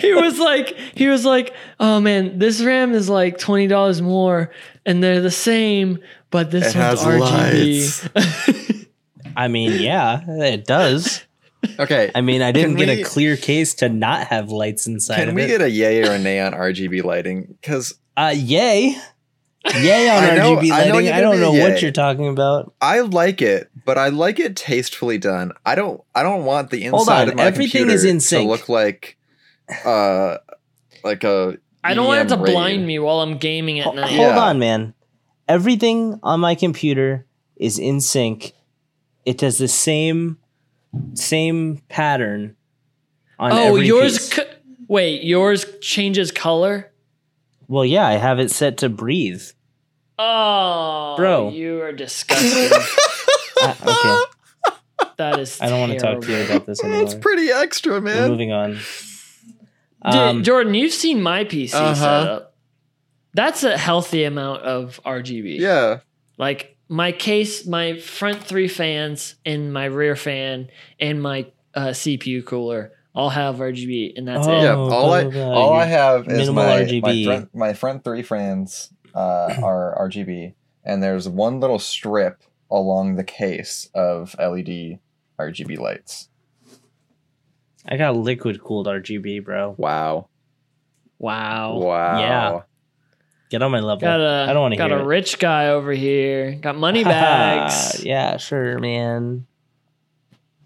Speaker 3: he was like, he was like, oh man, this RAM is like twenty dollars more, and they're the same, but this
Speaker 1: It
Speaker 3: one's
Speaker 1: has
Speaker 3: RGB.
Speaker 2: I mean, yeah, it does.
Speaker 1: okay.
Speaker 2: I mean, I didn't
Speaker 1: Can
Speaker 2: get
Speaker 1: we-
Speaker 2: a clear case to not have lights inside
Speaker 1: Can
Speaker 2: of
Speaker 1: we
Speaker 2: it.
Speaker 1: get a yay or a nay on RGB lighting? Because
Speaker 2: Uh, yay. Yay on
Speaker 1: I know- I know
Speaker 2: RGB lighting.
Speaker 1: you're
Speaker 2: I,
Speaker 1: gonna
Speaker 2: don't
Speaker 1: be
Speaker 2: know
Speaker 1: yay.
Speaker 2: what you're talking about.
Speaker 1: I like it, but I like it tastefully done. I don't. I don't want the inside
Speaker 2: Hold on,
Speaker 1: of my
Speaker 2: everything
Speaker 1: computer
Speaker 2: is in
Speaker 1: to
Speaker 2: sync.
Speaker 1: look like, uh, like a.
Speaker 3: I don't want it to
Speaker 1: EM raid.
Speaker 3: blind me while I'm gaming at
Speaker 2: Ho-
Speaker 3: night.
Speaker 2: Hold
Speaker 1: Yeah.
Speaker 2: on, man. Everything on my computer is in sync. It does the same same pattern on
Speaker 3: Oh,
Speaker 2: every
Speaker 3: yours.
Speaker 2: piece.
Speaker 3: Co- wait, yours changes color.
Speaker 2: well, yeah, I have it set to breathe.
Speaker 3: Oh,
Speaker 2: Bro.
Speaker 3: you are disgusting.
Speaker 2: I- Ah, okay,
Speaker 3: that is.
Speaker 2: I don't want to talk to you
Speaker 3: terrible.
Speaker 2: about this anymore.
Speaker 1: That's pretty extra,
Speaker 2: We're
Speaker 1: man.
Speaker 2: moving on.
Speaker 3: Dude,
Speaker 2: Um,
Speaker 3: Jordan, you've seen my PC
Speaker 1: Uh-huh.
Speaker 3: setup. That's a healthy amount of RGB.
Speaker 1: Yeah,
Speaker 3: Like my case, my front three fans and my rear fan and my uh, CPU cooler all have RGB, and that's
Speaker 2: Oh.
Speaker 3: it.
Speaker 1: yeah. All I
Speaker 2: blah, blah,
Speaker 1: all I
Speaker 2: you-
Speaker 1: have is
Speaker 2: minimal
Speaker 1: my my
Speaker 2: RGB.
Speaker 1: front, my front three fans uh, are RGB, and there's one little strip along the case of E LED RGB lights.
Speaker 2: I got liquid cooled RGB, bro.
Speaker 1: Wow!
Speaker 3: Wow.
Speaker 1: Wow!
Speaker 2: Oh, Yeah. Get on my level.
Speaker 3: Got a,
Speaker 2: I don't want to
Speaker 3: got
Speaker 2: hear
Speaker 3: a
Speaker 2: it.
Speaker 3: rich guy over here. Got money bags.
Speaker 2: yeah, sure, man.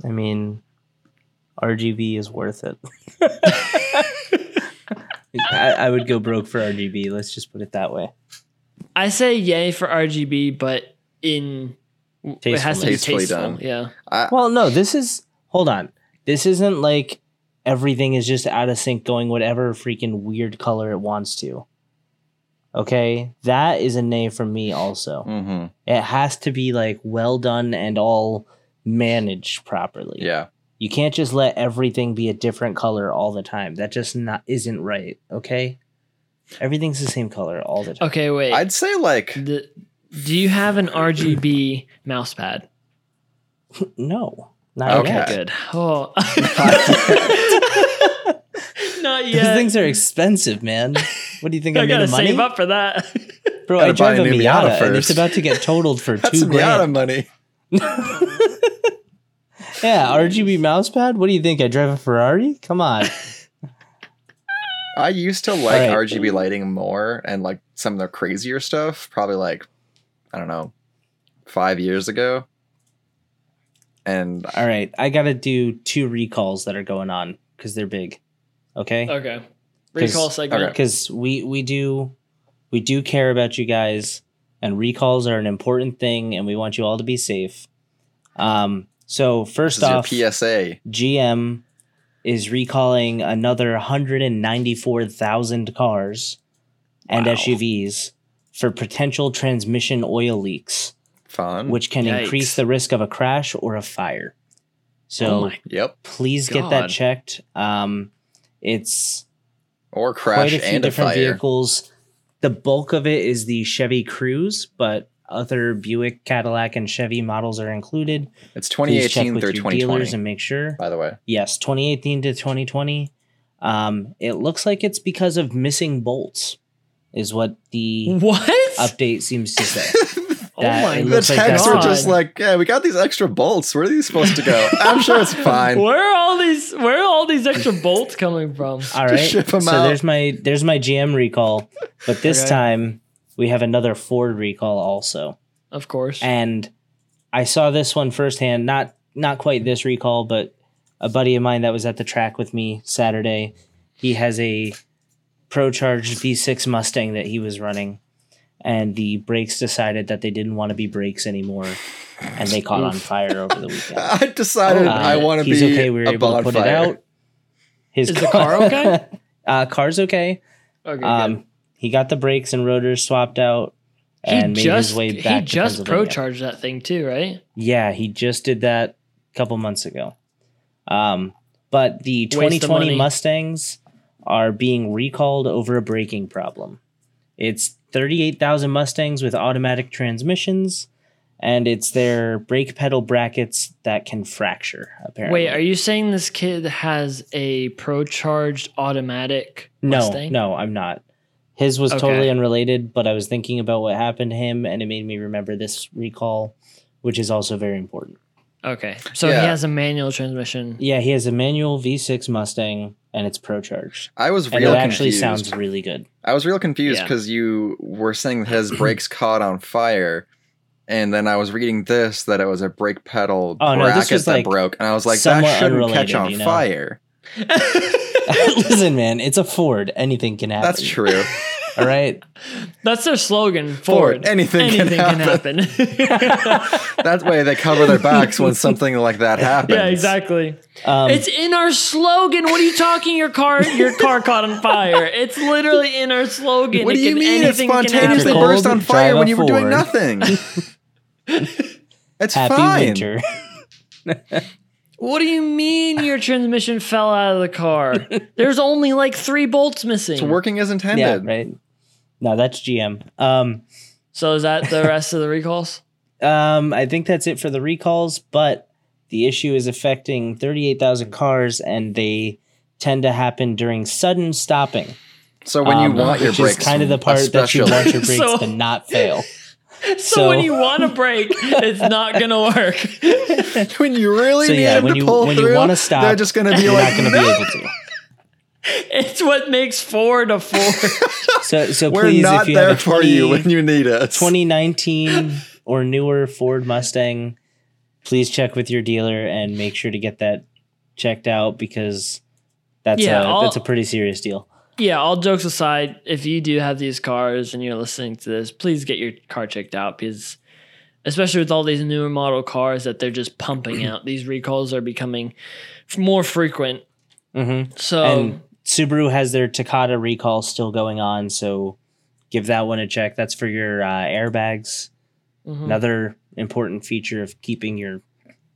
Speaker 2: I mean, RGB is worth it. I, I would go broke for RGB. Let's just put it that way.
Speaker 3: I say yay for RGB, but in it has to
Speaker 1: Tastefully.
Speaker 3: be
Speaker 1: Tastefully
Speaker 3: tasteful.
Speaker 1: done.
Speaker 3: Yeah.
Speaker 1: I,
Speaker 2: Well, no, this is. Hold on. This isn't like everything is just out of sync going whatever freaking weird color it wants to. Okay? That is a nay from me, also.
Speaker 1: mm-hmm.
Speaker 2: It has to be like well done and all managed properly.
Speaker 1: Yeah.
Speaker 2: You can't just let everything be a different color all the time. That just not isn't right, okay? Everything's the same color all the time.
Speaker 3: Okay, wait.
Speaker 1: I'd say like
Speaker 3: The- do you have an RGB mouse pad?
Speaker 2: No. Not
Speaker 1: Okay.
Speaker 2: yet.
Speaker 3: Good. Oh. Not
Speaker 2: Those
Speaker 3: yet.
Speaker 2: things are expensive, man. What do you think
Speaker 3: I
Speaker 2: I'm
Speaker 3: gotta
Speaker 2: made of money?
Speaker 3: save up for that.
Speaker 2: Bro,
Speaker 1: Gotta
Speaker 2: I drive
Speaker 1: buy
Speaker 2: a
Speaker 1: a new
Speaker 2: Miata,
Speaker 1: Miata
Speaker 2: and it's
Speaker 1: first.
Speaker 2: about to get totaled for
Speaker 1: that's
Speaker 2: two
Speaker 1: Miata
Speaker 2: grand.
Speaker 1: money.
Speaker 2: yeah, RGB mouse pad. What do you think? I drive a Ferrari? Come on.
Speaker 1: I used to like
Speaker 2: Alright.
Speaker 1: RGB lighting more and like some of the crazier stuff, probably like I don't know, five years ago. And
Speaker 2: All right, I gotta do two recalls that are going on because they're big. Okay.
Speaker 3: okay. Recall
Speaker 2: Cause-
Speaker 3: segment.
Speaker 1: okay.
Speaker 2: because we we do we do care about you guys and recalls are an important thing and we want you all to be safe um so
Speaker 1: this
Speaker 2: first
Speaker 1: is your
Speaker 2: off
Speaker 1: PSA.
Speaker 2: gm is recalling another 194000 cars and
Speaker 3: Wow.
Speaker 2: suvs for potential transmission oil leaks
Speaker 1: Fun.
Speaker 2: which can
Speaker 3: Mm, Yikes.
Speaker 2: increase the risk of a crash or a fire
Speaker 3: Oh
Speaker 2: so
Speaker 3: my
Speaker 1: Yep.
Speaker 2: please get
Speaker 3: God.
Speaker 2: that checked um it's
Speaker 1: Or crash
Speaker 2: quite a few
Speaker 1: and a
Speaker 2: different
Speaker 1: fire.
Speaker 2: vehicles. The bulk of it is the Chevy Cruze, but other Buick, Cadillac, and Chevy models are included.
Speaker 1: It's
Speaker 2: Please check
Speaker 1: 2018
Speaker 2: with
Speaker 1: through
Speaker 2: your dealers
Speaker 1: 2020.
Speaker 2: and make sure.
Speaker 1: by the way,
Speaker 2: Yes, 2018 to 2020. Um, it looks like it's because of missing bolts, is what the
Speaker 3: What?
Speaker 2: update seems to say.
Speaker 3: oh
Speaker 2: that
Speaker 3: my
Speaker 2: it
Speaker 1: the
Speaker 2: looks like
Speaker 1: texts
Speaker 2: that's
Speaker 1: were
Speaker 3: god.
Speaker 1: just like, "Yeah, we got these extra bolts. Where are these supposed to go?" I'm sure it's fine.
Speaker 3: Where are all these where are all these extra bolts coming from?
Speaker 2: All right,
Speaker 1: ship 'em
Speaker 2: so
Speaker 1: out.
Speaker 2: there's my there's my GM recall, but this
Speaker 3: Okay.
Speaker 2: time we have another Ford recall also.
Speaker 3: Of course.
Speaker 2: and I saw this one firsthand. Not not quite this recall, but a buddy of mine that was at the track with me Saturday. He has a ProCharge V6 Mustang that he was running, and the brakes decided that they didn't want to be brakes anymore, and they caught on fire over the weekend.
Speaker 1: I decided
Speaker 3: Oh,
Speaker 1: I
Speaker 2: Uh,
Speaker 1: want to be
Speaker 2: he's okay. We were
Speaker 1: a
Speaker 2: able
Speaker 1: bonfire.
Speaker 2: to put it out. His
Speaker 3: Is the car okay?
Speaker 2: uh, car's okay.
Speaker 3: Okay. good.
Speaker 2: Um, he got the brakes and rotors swapped out and
Speaker 3: he
Speaker 2: made
Speaker 3: just
Speaker 2: his way back.
Speaker 3: he
Speaker 2: to
Speaker 3: just pro
Speaker 2: Pennsylvania.
Speaker 3: charged that thing too, right?
Speaker 2: Yeah, he just did that a couple months ago. Um, but the
Speaker 3: Waste of
Speaker 2: 2020
Speaker 3: money.
Speaker 2: Mustangs are being recalled over a braking problem. It's 38,000 Mustangs with automatic transmissions, and it's their brake pedal brackets that can fracture, apparently.
Speaker 3: Wait, are you saying this kid has a pro charged automatic
Speaker 2: No,
Speaker 3: Mustang?
Speaker 2: no, I'm not. His was
Speaker 3: Okay.
Speaker 2: totally unrelated, but I was thinking about what happened to him, and it made me remember this recall, which is also very important.
Speaker 3: Okay. So
Speaker 1: Yeah.
Speaker 3: he has a manual transmission.
Speaker 2: Yeah, he has a manual V6 Mustang, and it's pro charged,
Speaker 1: I was
Speaker 2: and
Speaker 1: real
Speaker 2: it actually
Speaker 1: confused.
Speaker 2: sounds really good.
Speaker 1: I was real confused
Speaker 3: Yeah.
Speaker 1: because you were saying that his brakes caught on fire, and then I was reading this that it was a brake pedal
Speaker 2: Oh, no,
Speaker 1: bracket
Speaker 2: this was,
Speaker 1: that
Speaker 2: like,
Speaker 1: broke, and I was like, that
Speaker 2: somewhat
Speaker 1: shouldn't catch
Speaker 2: unrelated,
Speaker 1: on
Speaker 2: you know?
Speaker 1: fire.
Speaker 2: Listen, man, it's a Ford. Anything can happen.
Speaker 1: That's true.
Speaker 2: All right.
Speaker 3: That's their slogan.
Speaker 1: Ford,
Speaker 3: Forward.
Speaker 1: anything,
Speaker 3: Anything
Speaker 1: can happen. that way they cover their backs when something like that happens.
Speaker 3: yeah, exactly.
Speaker 2: Um,
Speaker 3: it's in our slogan. What are you talking? Your car, your car caught on fire. It's literally in our slogan.
Speaker 1: What
Speaker 3: It
Speaker 1: do you
Speaker 3: can-
Speaker 1: mean it
Speaker 3: anything can
Speaker 1: spontaneously
Speaker 3: happen.
Speaker 1: burst on
Speaker 2: Cold,
Speaker 1: fire
Speaker 2: drive
Speaker 1: when
Speaker 2: a
Speaker 1: you were doing
Speaker 2: Ford.
Speaker 1: nothing? It's
Speaker 2: happy
Speaker 1: fine.
Speaker 2: winter.
Speaker 3: What do you mean your transmission fell out of the car? There's only like three bolts missing.
Speaker 1: It's working as intended.
Speaker 2: yeah, right. No, that's GM. Um,
Speaker 3: So is that the rest of the recalls?
Speaker 2: Um, I think that's it for the recalls, but the issue is affecting 38,000 cars and they tend to happen during sudden stopping.
Speaker 1: So when
Speaker 2: um,
Speaker 1: you want your
Speaker 2: which is
Speaker 1: brakes,
Speaker 2: kind of the part that you
Speaker 1: especially-
Speaker 2: want your brakes
Speaker 3: So-
Speaker 2: to not fail.
Speaker 3: So,
Speaker 2: So-
Speaker 3: when you want to break, it's not gonna work.
Speaker 1: when you really
Speaker 2: So,
Speaker 1: need
Speaker 2: yeah,
Speaker 1: them
Speaker 2: when
Speaker 1: to
Speaker 2: you-
Speaker 1: pull
Speaker 2: when you
Speaker 1: through,
Speaker 2: wanna stop,
Speaker 1: they're just going to be
Speaker 2: You're
Speaker 1: like,
Speaker 2: not going to be
Speaker 1: "No,
Speaker 2: able to.
Speaker 3: It's what makes Ford a Ford.
Speaker 2: So, so
Speaker 1: we're
Speaker 2: please,
Speaker 1: not
Speaker 2: if you
Speaker 1: there
Speaker 2: have a 20,
Speaker 1: for you when you need us.
Speaker 2: 2019 or newer Ford Mustang, please check with your dealer and make sure to get that checked out because that's
Speaker 3: Yeah,
Speaker 2: a,
Speaker 3: I'll-
Speaker 2: that's a pretty serious deal.
Speaker 3: Yeah, all jokes aside, if you do have these cars and you're listening to this, please get your car checked out because, especially with all these newer model cars that they're just pumping out, these recalls are becoming f- more frequent.
Speaker 2: Mm-hmm.
Speaker 3: So,
Speaker 2: and Subaru has their Takata recall still going on, so give that one a check. That's for your uh, airbags.
Speaker 3: mhm.
Speaker 2: Another important feature of keeping yourself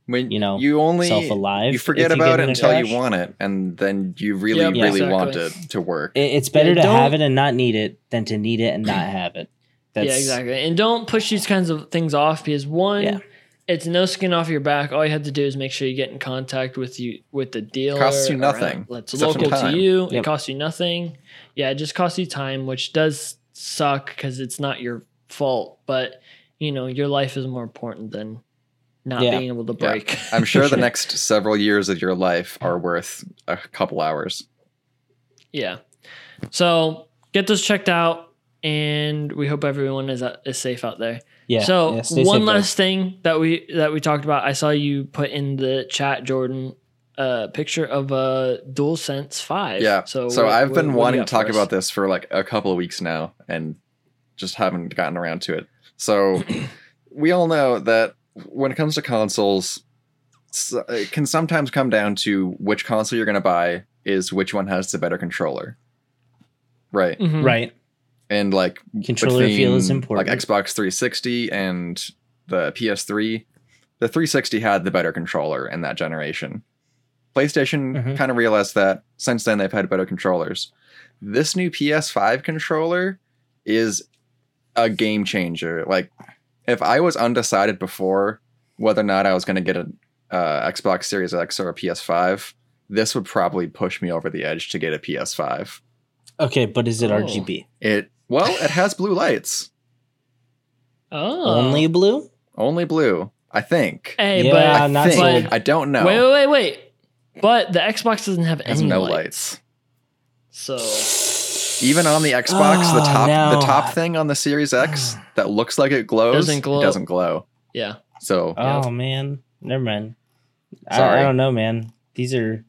Speaker 1: When
Speaker 2: you know,
Speaker 1: only
Speaker 2: alive.
Speaker 1: you
Speaker 2: if
Speaker 1: forget
Speaker 2: get
Speaker 1: about
Speaker 2: in
Speaker 1: it
Speaker 2: a
Speaker 1: until
Speaker 2: crash.
Speaker 1: you want it, and then you really,
Speaker 3: Yeah,
Speaker 1: really
Speaker 3: exactly.
Speaker 1: want it to work.
Speaker 2: It- It's better
Speaker 3: Yeah,
Speaker 2: to
Speaker 3: don't-
Speaker 2: have it and not need it than to need it and not have it. That's,
Speaker 3: yeah, exactly. And don't push these kinds of things off because one,
Speaker 2: Yeah.
Speaker 3: it's no skin off your back. All you have to do is make sure you get in contact with you with the dealer.
Speaker 1: Costs you
Speaker 3: or
Speaker 1: nothing.
Speaker 3: That's
Speaker 1: Except some
Speaker 3: local to
Speaker 1: time.
Speaker 3: you. It
Speaker 2: Yep.
Speaker 3: costs you nothing. Yeah, it just costs you time, which does suck because it's not your fault. But you know, your life is more important than not
Speaker 2: Yeah.
Speaker 3: being able to
Speaker 1: Yeah.
Speaker 3: break.
Speaker 1: I'm sure the next several years of your life are worth a couple hours.
Speaker 3: Yeah. So get those checked out, and we hope everyone is uh, is safe out there.
Speaker 2: Yeah.
Speaker 3: so
Speaker 2: yeah, stay
Speaker 3: one
Speaker 2: safe, guys.
Speaker 3: last thing that we that we talked about. I saw you put in the chat, Jordan, a picture of a DualSense Five.
Speaker 1: Yeah.
Speaker 3: So
Speaker 1: So
Speaker 3: what-
Speaker 1: I've
Speaker 3: what-
Speaker 1: been
Speaker 3: what do you
Speaker 1: wanting
Speaker 3: got
Speaker 1: to talk
Speaker 3: for us?
Speaker 1: about this for like a couple of weeks now and just haven't gotten around to it. So we all know that when it comes to consoles, s- it can sometimes come down to which console you're going to buy is which one has the better controller. Right.
Speaker 3: Mhm.
Speaker 2: Right.
Speaker 1: And like
Speaker 2: Controller feel is
Speaker 1: between,
Speaker 2: important.
Speaker 1: Like Xbox 360 and the PS3, the 360 had the better controller in that generation. PlayStation
Speaker 2: Mhm.
Speaker 1: kind of realized that. Since then, they've had better controllers. This new PS5 controller is a game changer. Like, if I was undecided before whether or not I was going to get an uh, Xbox Series X or a PS5, this would probably push me over the edge to get a PS5.
Speaker 2: okay, but is it
Speaker 3: Oh.
Speaker 2: RGB?
Speaker 1: It well, it has blue lights.
Speaker 3: Oh.
Speaker 2: Only blue?
Speaker 1: Only blue, I think.
Speaker 3: Hey,
Speaker 2: Yeah,
Speaker 1: I
Speaker 2: I'm uh, not
Speaker 1: think.
Speaker 3: sold.
Speaker 1: I don't know.
Speaker 3: but wait, wait, wait, wait. But the Xbox doesn't have
Speaker 1: it has
Speaker 3: any
Speaker 1: no
Speaker 3: lights.
Speaker 1: lights.
Speaker 3: So
Speaker 1: Even on the Xbox, the
Speaker 2: Ah,
Speaker 1: top
Speaker 2: no.
Speaker 1: the top thing on the Series X that looks like it glows
Speaker 3: Doesn't glow.
Speaker 1: doesn't glow.
Speaker 3: yeah.
Speaker 1: So
Speaker 2: Uh, Oh man, never mind. I, I
Speaker 1: Sorry.
Speaker 2: don't know, man. These are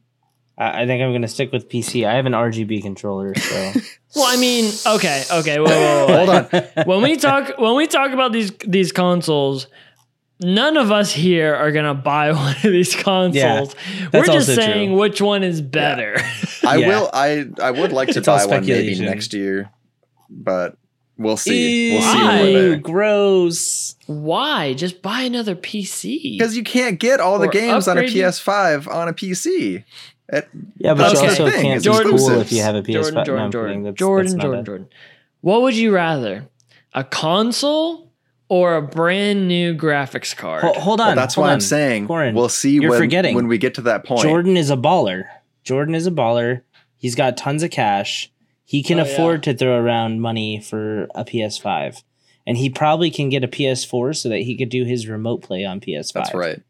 Speaker 2: I, I think I'm gonna stick with PC. I have an RGB controller, so
Speaker 3: Well, I mean, okay, okay, whoa, whoa, whoa.
Speaker 1: Hold on.
Speaker 3: when we talk when we talk about these these consoles, none of us here are gonna buy one of these consoles. We're
Speaker 2: that's
Speaker 3: just
Speaker 2: also
Speaker 3: saying
Speaker 2: true.
Speaker 3: which one is better.
Speaker 1: I
Speaker 2: Yeah.
Speaker 1: will. I I would like to
Speaker 2: It's all
Speaker 1: buy one maybe
Speaker 2: speculation.
Speaker 1: next year, but we'll see. we'll see
Speaker 3: why?
Speaker 1: when we're there.
Speaker 2: gross.
Speaker 3: Why? Just buy another PC.
Speaker 1: Because you can't get all the
Speaker 3: Or
Speaker 1: games on a
Speaker 3: upgrade you-
Speaker 1: PS5 on a PC.
Speaker 2: Yeah, but
Speaker 1: That's
Speaker 2: you
Speaker 1: the
Speaker 2: also
Speaker 1: thing,
Speaker 2: can't
Speaker 1: it's
Speaker 2: be cool
Speaker 1: exclusives.
Speaker 2: if you have a PS5.
Speaker 3: Jordan,
Speaker 2: no,
Speaker 3: Jordan,
Speaker 2: I'm kidding,
Speaker 3: Jordan,
Speaker 2: that's-
Speaker 3: Jordan,
Speaker 2: that's not
Speaker 3: Jordan,
Speaker 2: it.
Speaker 3: Jordan. What would you rather, a console or a brand new graphics card?
Speaker 2: Ho- hold on.
Speaker 1: Well, that's
Speaker 2: hold
Speaker 1: why I'm
Speaker 2: on.
Speaker 1: saying
Speaker 2: Corin,
Speaker 1: we'll see
Speaker 2: you're
Speaker 1: when
Speaker 2: forgetting.
Speaker 1: when we get to that point.
Speaker 2: Jordan is a baller. Jordan is a baller. He's got tons of cash. He can
Speaker 3: Oh,
Speaker 2: afford to throw around money for a PS5. And he probably can get a PS4 so that he could do his remote play on PS5.
Speaker 1: That's right.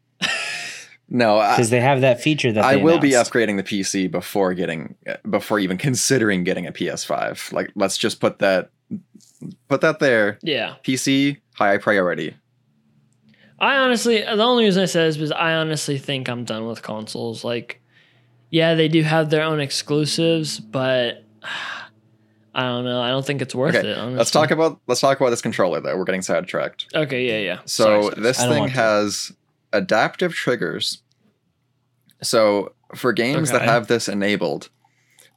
Speaker 1: no, I,
Speaker 2: Because they have that feature that
Speaker 1: I
Speaker 2: they
Speaker 1: will be
Speaker 2: announced.
Speaker 1: upgrading the PC before getting before even considering getting a PS5. Like let's just put that put that there.
Speaker 3: yeah,
Speaker 1: PC high priority.
Speaker 3: I honestly, the only reason I say this is I honestly think I'm done with consoles. Like, yeah, they do have their own exclusives, but I don't know. I don't think it's worth
Speaker 1: Okay,
Speaker 3: it. Honestly.
Speaker 1: Let's talk about let's talk about this controller though. We're getting sidetracked.
Speaker 3: Okay, yeah, yeah.
Speaker 1: So
Speaker 3: Sorry, sorry,
Speaker 1: this
Speaker 2: I don't
Speaker 1: thing
Speaker 2: want to.
Speaker 1: has adaptive triggers. So for games that
Speaker 3: Okay.
Speaker 1: have this enabled,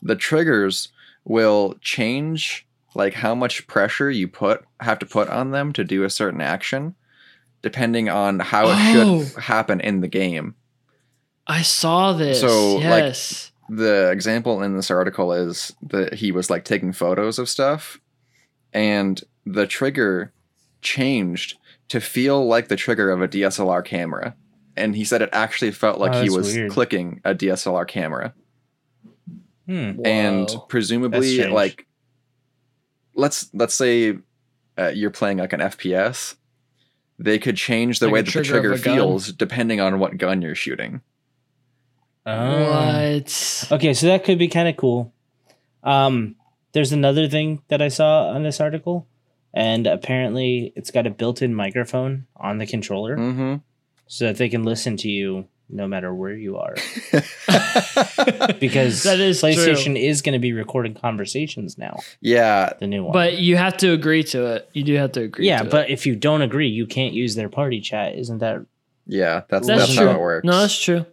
Speaker 1: the triggers will change like how much pressure you put have to put on them to do a certain action depending on how it should happen in the game.
Speaker 3: I saw this.
Speaker 1: So, like-
Speaker 3: yes.
Speaker 1: the example in this article is that he was like taking photos of stuff and the trigger changed to feel like the trigger of a DSLR camera. And he said it actually felt like
Speaker 2: Oh,
Speaker 1: he
Speaker 2: that's
Speaker 1: was
Speaker 2: weird.
Speaker 1: clicking a DSLR camera.
Speaker 2: Hmm.
Speaker 1: And
Speaker 3: Whoa.
Speaker 1: presumably
Speaker 2: strange.
Speaker 1: like let's let's say uh, you're playing like an FPS, they could change the
Speaker 3: Like a
Speaker 1: way that the
Speaker 3: trigger of
Speaker 1: trigger
Speaker 3: a gun.
Speaker 1: feels depending on what gun you're shooting.
Speaker 2: Oh.
Speaker 3: what?
Speaker 2: Okay, so that could be kind of cool. Um, there's another thing that I saw on this article, and apparently it's got a built-in microphone on the controller,
Speaker 1: Hmm.
Speaker 2: so that they can listen to you no matter where you are.
Speaker 1: Mhm.
Speaker 2: because
Speaker 3: That is true.
Speaker 2: PlayStation is going to be recording conversations now.
Speaker 1: yeah,
Speaker 2: The new one,
Speaker 3: But you have to agree to it. You do have to agree.
Speaker 2: yeah,
Speaker 3: to it.
Speaker 2: but if you don't agree, you can't use their party chat. Isn't that?
Speaker 1: Yeah, that's
Speaker 3: That's
Speaker 1: that's,
Speaker 3: true.
Speaker 1: how it works.
Speaker 3: no, that's true.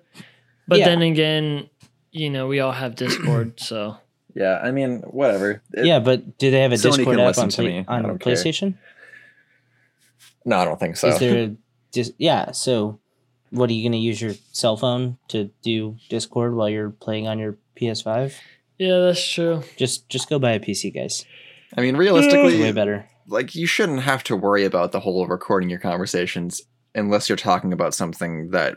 Speaker 3: But
Speaker 2: Yeah.
Speaker 3: then again, you know, we all have Discord, so
Speaker 1: yeah, I mean, whatever. It-
Speaker 2: yeah, but do they have a
Speaker 1: Sony
Speaker 2: Discord
Speaker 1: can
Speaker 2: app
Speaker 1: listen
Speaker 2: on,
Speaker 1: to
Speaker 2: Play-
Speaker 1: me. I
Speaker 2: on
Speaker 1: don't care.
Speaker 2: PlayStation?
Speaker 1: No, I don't think so.
Speaker 2: Is there? A dis- yeah. So, what are you going to use your cell phone to do Discord while you're playing on your PS5?
Speaker 3: yeah, that's true.
Speaker 2: Just just go buy a PC, guys.
Speaker 1: I mean,
Speaker 2: It's way
Speaker 1: realistically,
Speaker 2: better.
Speaker 1: like you shouldn't have to worry about the whole recording your conversations unless you're talking about something that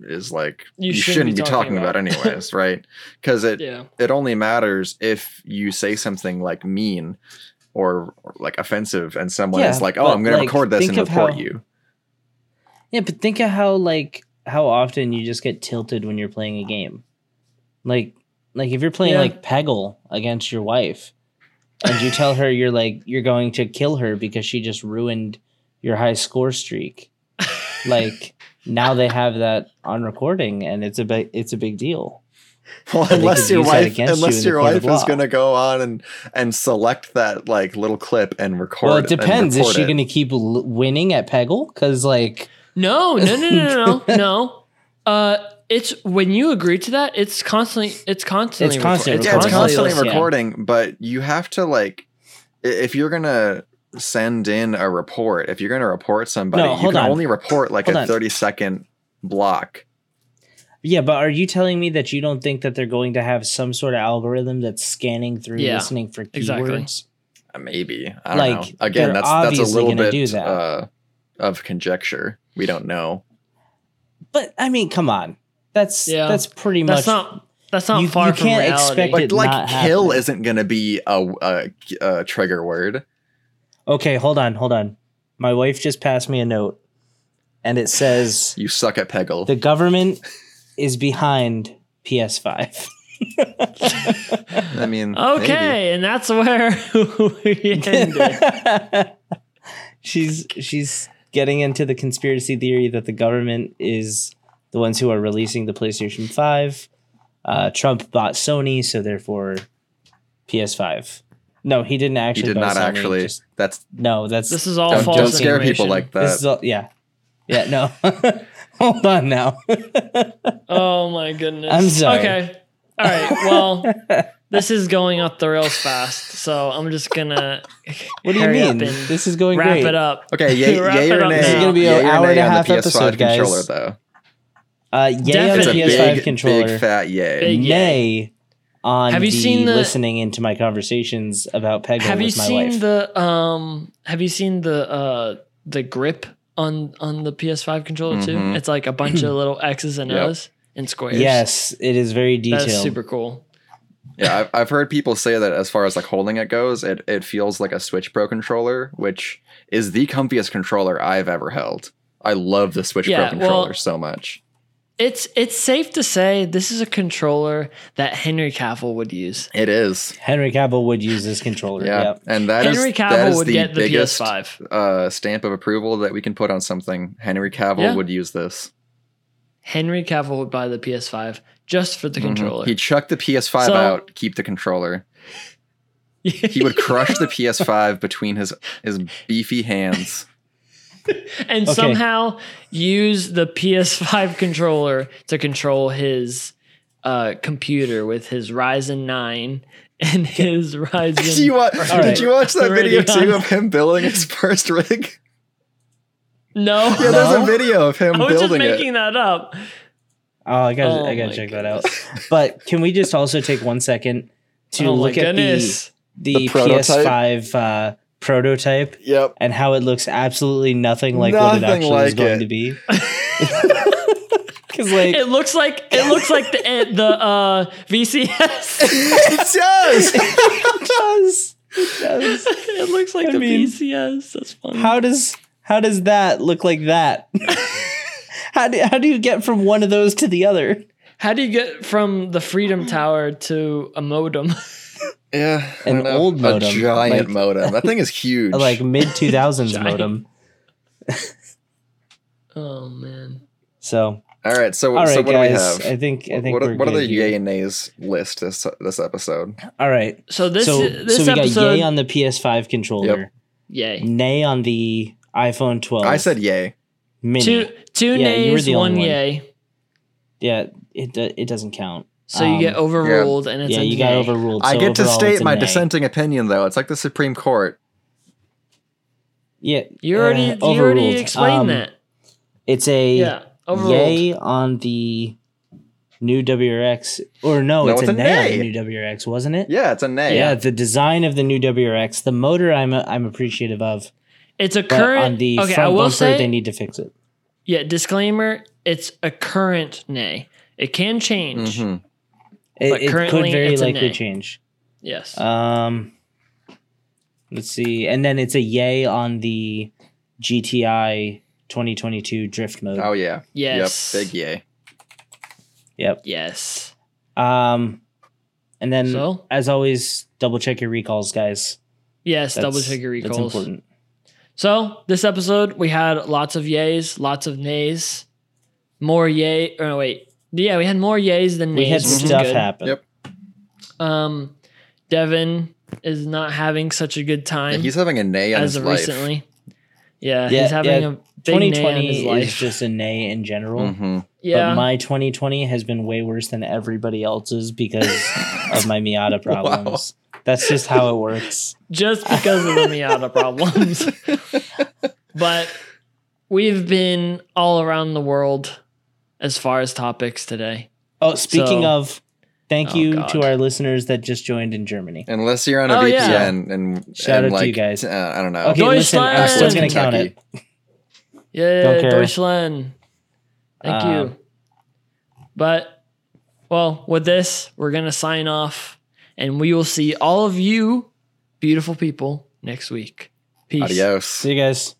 Speaker 1: is like you,
Speaker 3: You
Speaker 1: shouldn't, be talking, about, anyways, right? Because it
Speaker 3: Yeah.
Speaker 1: it only matters if you say something like mean or like offensive, and someone
Speaker 2: Yeah,
Speaker 1: is like, "Oh,
Speaker 2: but,
Speaker 1: I'm going to
Speaker 2: like,
Speaker 1: record this
Speaker 2: think
Speaker 1: and
Speaker 2: of
Speaker 1: report
Speaker 2: how-
Speaker 1: you."
Speaker 2: Yeah, but think of how like how often you just get tilted when you're playing a game. Like like if you're playing
Speaker 3: Yeah.
Speaker 2: like Peggle against your wife and you tell her you're like you're going to kill her because she just ruined your high score streak. like now they have that on recording and it's a big it's a big deal.
Speaker 1: Well,
Speaker 2: they
Speaker 1: unless
Speaker 2: could
Speaker 1: your
Speaker 2: use that
Speaker 1: wife,
Speaker 2: against you in
Speaker 1: unless
Speaker 2: the
Speaker 1: your
Speaker 2: court
Speaker 1: wife
Speaker 2: of
Speaker 1: is
Speaker 2: law.
Speaker 1: going to go on and and select that like little clip and record.
Speaker 2: well, it
Speaker 1: and
Speaker 2: depends. Is
Speaker 1: report
Speaker 2: she
Speaker 1: it.
Speaker 2: going to keep l- winning at Peggle? Because like
Speaker 3: No, no, no, no, no, no. Uh, it's when you agree to that, it's constantly, it's constantly,
Speaker 2: It's constant
Speaker 1: yeah, it's
Speaker 2: recording.
Speaker 1: constantly
Speaker 2: Yeah.
Speaker 1: recording, but you have to like i- if you're gonna send in a report, if you're gonna report somebody,
Speaker 2: No,
Speaker 1: you
Speaker 2: hold
Speaker 1: can
Speaker 2: on.
Speaker 1: only report like
Speaker 2: Hold
Speaker 1: a
Speaker 2: on.
Speaker 1: thirty second block.
Speaker 2: Yeah, but are you telling me that you don't think that they're going to have some sort of algorithm that's scanning through,
Speaker 3: Yeah,
Speaker 2: listening for keywords?
Speaker 3: exactly.
Speaker 1: Uh, Maybe. I don't
Speaker 2: Like,
Speaker 1: know. Again,
Speaker 2: they're
Speaker 1: that's that's a
Speaker 2: obviously
Speaker 1: little
Speaker 2: gonna
Speaker 1: bit
Speaker 2: do that.
Speaker 1: Uh, of conjecture. We don't know.
Speaker 2: But I mean, come on, that's
Speaker 3: Yeah.
Speaker 2: that's pretty
Speaker 3: That's
Speaker 2: much
Speaker 3: not, that's not
Speaker 2: You-
Speaker 3: far
Speaker 2: you
Speaker 3: from
Speaker 2: can't
Speaker 3: reality.
Speaker 2: expect
Speaker 1: Like
Speaker 2: did
Speaker 1: like
Speaker 2: not
Speaker 1: kill
Speaker 2: happen.
Speaker 1: isn't gonna be a, a, a trigger word.
Speaker 2: okay. Hold on, hold on. My wife just passed me a note, and it says
Speaker 1: You suck at Peggle.
Speaker 2: the government is behind PS5.
Speaker 1: I mean,
Speaker 3: okay,
Speaker 1: maybe.
Speaker 3: and that's where we ended.
Speaker 2: she's she's getting into the conspiracy theory that the government is the ones who are releasing the PlayStation 5 Uh, Trump bought Sony, so therefore PS5. No, he didn't
Speaker 1: He did
Speaker 2: actually. buy
Speaker 1: not
Speaker 2: Sony,
Speaker 1: actually.
Speaker 2: just-
Speaker 1: that's
Speaker 2: no, that's
Speaker 3: This is all
Speaker 1: don't,
Speaker 3: false
Speaker 1: don't scare
Speaker 3: information.
Speaker 1: people like
Speaker 2: this
Speaker 1: that.
Speaker 2: is all. Yeah, yeah. No, hold on now.
Speaker 3: Oh my goodness.
Speaker 2: I'm sorry.
Speaker 3: Okay. All right. Well, this is going up the rails fast, so I'm just gonna
Speaker 2: what do you
Speaker 3: hurry up
Speaker 2: mean?
Speaker 3: and
Speaker 2: This is going
Speaker 3: wrap
Speaker 2: great.
Speaker 3: it up.
Speaker 1: okay, yay,
Speaker 3: Wrap
Speaker 1: yay
Speaker 3: it
Speaker 1: or
Speaker 3: up
Speaker 1: nay?
Speaker 3: now. This is
Speaker 2: gonna be an
Speaker 1: yay or
Speaker 2: hour
Speaker 1: nay
Speaker 2: and a
Speaker 1: on
Speaker 2: half
Speaker 1: the PS5
Speaker 2: episode, guys.
Speaker 1: controller, though.
Speaker 2: Uh, yay
Speaker 3: Definitely.
Speaker 2: on
Speaker 1: It's
Speaker 2: the
Speaker 1: a
Speaker 2: PS5
Speaker 1: big,
Speaker 2: controller.
Speaker 1: big fat yay.
Speaker 3: Big-
Speaker 2: Nay on
Speaker 3: Have you
Speaker 2: the
Speaker 3: seen the-
Speaker 2: listening into my conversations about Peggle
Speaker 3: Have you
Speaker 2: with my
Speaker 3: seen
Speaker 2: wife.
Speaker 3: the um? Have you seen the uh the grip on on the PS5 controller too?
Speaker 1: Mhm.
Speaker 3: It's like a bunch of little X's and
Speaker 1: Yep.
Speaker 3: O's and squares.
Speaker 2: yes, it is very detailed.
Speaker 3: that's super cool.
Speaker 1: Yeah, I've, I've heard people say that as far as like holding it goes, it, it feels like a Switch Pro controller, which is the comfiest controller I've ever held. I love the Switch
Speaker 3: Yeah,
Speaker 1: Pro controller
Speaker 3: well-
Speaker 1: so much.
Speaker 3: It's it's safe to say this is a controller that Henry Cavill would use.
Speaker 1: It is.
Speaker 2: Henry Cavill would use this controller.
Speaker 1: Yeah.
Speaker 2: Yep.
Speaker 1: And that is
Speaker 3: Henry
Speaker 1: that
Speaker 3: Cavill
Speaker 1: is
Speaker 3: would
Speaker 1: the
Speaker 3: get the
Speaker 1: biggest
Speaker 3: PS5.
Speaker 1: uh, stamp of approval that we can put on something. Henry Cavill
Speaker 3: Yeah.
Speaker 1: would use this.
Speaker 3: Henry Cavill would buy the PS5 just for the
Speaker 1: Mm-hmm.
Speaker 3: controller.
Speaker 1: He'd chuck the PS5
Speaker 3: So-
Speaker 1: out, keep the controller. He would crush the PS5 between his his beefy hands.
Speaker 3: and
Speaker 2: Okay.
Speaker 3: somehow use the PS5 controller to control his uh, computer with his Ryzen 9 and his
Speaker 1: Did you
Speaker 3: Ryzen.
Speaker 1: wa-
Speaker 3: All
Speaker 1: Did
Speaker 2: right.
Speaker 1: you watch that
Speaker 3: Already
Speaker 1: video too
Speaker 3: on.
Speaker 1: of him building his first rig?
Speaker 3: No,
Speaker 1: Yeah, there's
Speaker 2: No?
Speaker 1: a video of him
Speaker 3: I was just
Speaker 1: building it.
Speaker 3: making that up.
Speaker 2: Oh, I gotta,
Speaker 3: Oh
Speaker 2: I gotta
Speaker 3: my
Speaker 2: check that out. But can we just also take one second to
Speaker 3: oh my
Speaker 2: look at the,
Speaker 3: goodness.
Speaker 2: the,
Speaker 1: The prototype?
Speaker 2: PS5 uh, prototype
Speaker 1: Yep.
Speaker 2: and how it looks absolutely nothing like what it
Speaker 1: Nothing
Speaker 2: actually
Speaker 1: like
Speaker 2: is going
Speaker 1: it.
Speaker 2: to be? Because like
Speaker 3: It looks like it looks like the eh, the uh, VCS.
Speaker 1: it does.
Speaker 2: it does, it does.
Speaker 3: it looks like
Speaker 2: I
Speaker 3: the
Speaker 2: mean,
Speaker 3: VCS. That's funny.
Speaker 2: How does how does that look like that? how do how do you get from one of those to the other?
Speaker 3: How do you get from the Freedom Tower to a modem?
Speaker 1: yeah. I
Speaker 2: An
Speaker 1: don't know.
Speaker 2: old modem,
Speaker 1: A giant
Speaker 2: like-
Speaker 1: modem. That thing is huge.
Speaker 2: Like mid two thousands
Speaker 3: Giant.
Speaker 2: modem.
Speaker 3: oh man.
Speaker 2: So
Speaker 1: all right. So,
Speaker 2: all right,
Speaker 1: so what
Speaker 2: guys.
Speaker 1: do we have?
Speaker 2: I think I think
Speaker 1: what,
Speaker 2: we're
Speaker 1: what are
Speaker 2: good
Speaker 1: the
Speaker 2: here.
Speaker 1: yay and nays list this this episode?
Speaker 2: All right.
Speaker 3: So this
Speaker 2: so
Speaker 3: this
Speaker 2: so we
Speaker 3: episode.
Speaker 2: got yay on the PS5 controller,
Speaker 3: yay.
Speaker 2: nay on the iPhone 12.
Speaker 1: I said yay.
Speaker 2: mini.
Speaker 3: Two two
Speaker 2: Yeah, you were
Speaker 3: nays,
Speaker 2: the
Speaker 3: one
Speaker 2: only one.
Speaker 3: yay.
Speaker 2: Yeah, it do- it doesn't count.
Speaker 3: So you get
Speaker 2: Um,
Speaker 3: overruled, and it's
Speaker 2: Yeah,
Speaker 3: a
Speaker 2: you got
Speaker 3: nay.
Speaker 2: overruled.
Speaker 1: I
Speaker 2: so
Speaker 1: get to
Speaker 2: overall it's
Speaker 1: state
Speaker 2: a
Speaker 1: my
Speaker 2: nay.
Speaker 1: dissenting opinion though. It's like the Supreme Court.
Speaker 2: Yeah,
Speaker 3: You
Speaker 2: uh,
Speaker 3: already you already
Speaker 2: overruled.
Speaker 3: explained
Speaker 2: Um,
Speaker 3: that.
Speaker 2: It's a
Speaker 3: Yeah, overruled.
Speaker 2: yay on the new WRX, or no,
Speaker 1: No,
Speaker 2: it's,
Speaker 1: it's
Speaker 2: a,
Speaker 1: a
Speaker 2: nay, on
Speaker 1: nay.
Speaker 2: the new WRX, wasn't it?
Speaker 1: Yeah, it's a nay.
Speaker 2: Yeah, the design of the new WRX, the motor, I'm I'm appreciative of,
Speaker 3: It's a
Speaker 2: but
Speaker 3: current.
Speaker 2: on the
Speaker 3: okay,
Speaker 2: front
Speaker 3: I will
Speaker 2: bumper,
Speaker 3: say.
Speaker 2: they need to fix it.
Speaker 3: yeah, disclaimer. It's a current nay. It can change.
Speaker 1: Mhm.
Speaker 2: It,
Speaker 3: But
Speaker 2: it could
Speaker 3: currently,
Speaker 2: very
Speaker 3: it's a
Speaker 2: likely
Speaker 3: nay.
Speaker 2: change.
Speaker 3: Yes.
Speaker 2: Um, let's see, and then it's a yay on the GTI 2022 drift mode.
Speaker 1: Oh yeah.
Speaker 3: yes.
Speaker 1: Yep. Big yay.
Speaker 2: Yep.
Speaker 3: Yes.
Speaker 2: Um, and then
Speaker 3: So?
Speaker 2: as always, double check your recalls, guys.
Speaker 3: Yes.
Speaker 2: That's-
Speaker 3: double check your recalls.
Speaker 2: That's important.
Speaker 3: So this episode we had lots of yays, lots of nays, more yay. Or no, wait, yeah, we had more yays than nays.
Speaker 2: We had
Speaker 3: which is
Speaker 2: stuff
Speaker 3: good.
Speaker 2: happen.
Speaker 1: Yep.
Speaker 3: Um, Devin is not having such a good
Speaker 1: Yeah,
Speaker 3: time
Speaker 1: he's having a nay on
Speaker 3: as
Speaker 1: his
Speaker 3: of
Speaker 1: life.
Speaker 3: recently. Yeah,
Speaker 2: Yeah,
Speaker 3: he's having
Speaker 2: yeah,
Speaker 3: a big nay on his
Speaker 2: 2020
Speaker 3: life.
Speaker 2: is just a nay in general.
Speaker 1: Mhm.
Speaker 3: yeah,
Speaker 2: But my 2020 has been way worse than everybody else's because of my Miata problems. That's just how it works.
Speaker 3: just because of the Miata problems. but we've been all around the world as far as topics today.
Speaker 2: Oh, speaking
Speaker 3: So-
Speaker 2: of, thank
Speaker 3: Oh,
Speaker 2: you
Speaker 3: God.
Speaker 2: to our listeners that just joined in Germany.
Speaker 1: Unless you're on a
Speaker 3: Oh,
Speaker 1: VPN
Speaker 3: yeah.
Speaker 1: and
Speaker 2: Shout
Speaker 1: and
Speaker 2: out to
Speaker 1: like
Speaker 2: you guys.
Speaker 1: uh, I don't know.
Speaker 2: Okay, listen, I'm still
Speaker 1: West
Speaker 2: going to count
Speaker 1: Kentucky.
Speaker 2: it.
Speaker 3: Yeah,
Speaker 2: Don't care.
Speaker 3: Deutschland. Thank
Speaker 2: Um,
Speaker 3: you. But, well, with this, we're going to sign off and we will see all of you beautiful people next week. Peace.
Speaker 1: Adios.
Speaker 2: See you guys.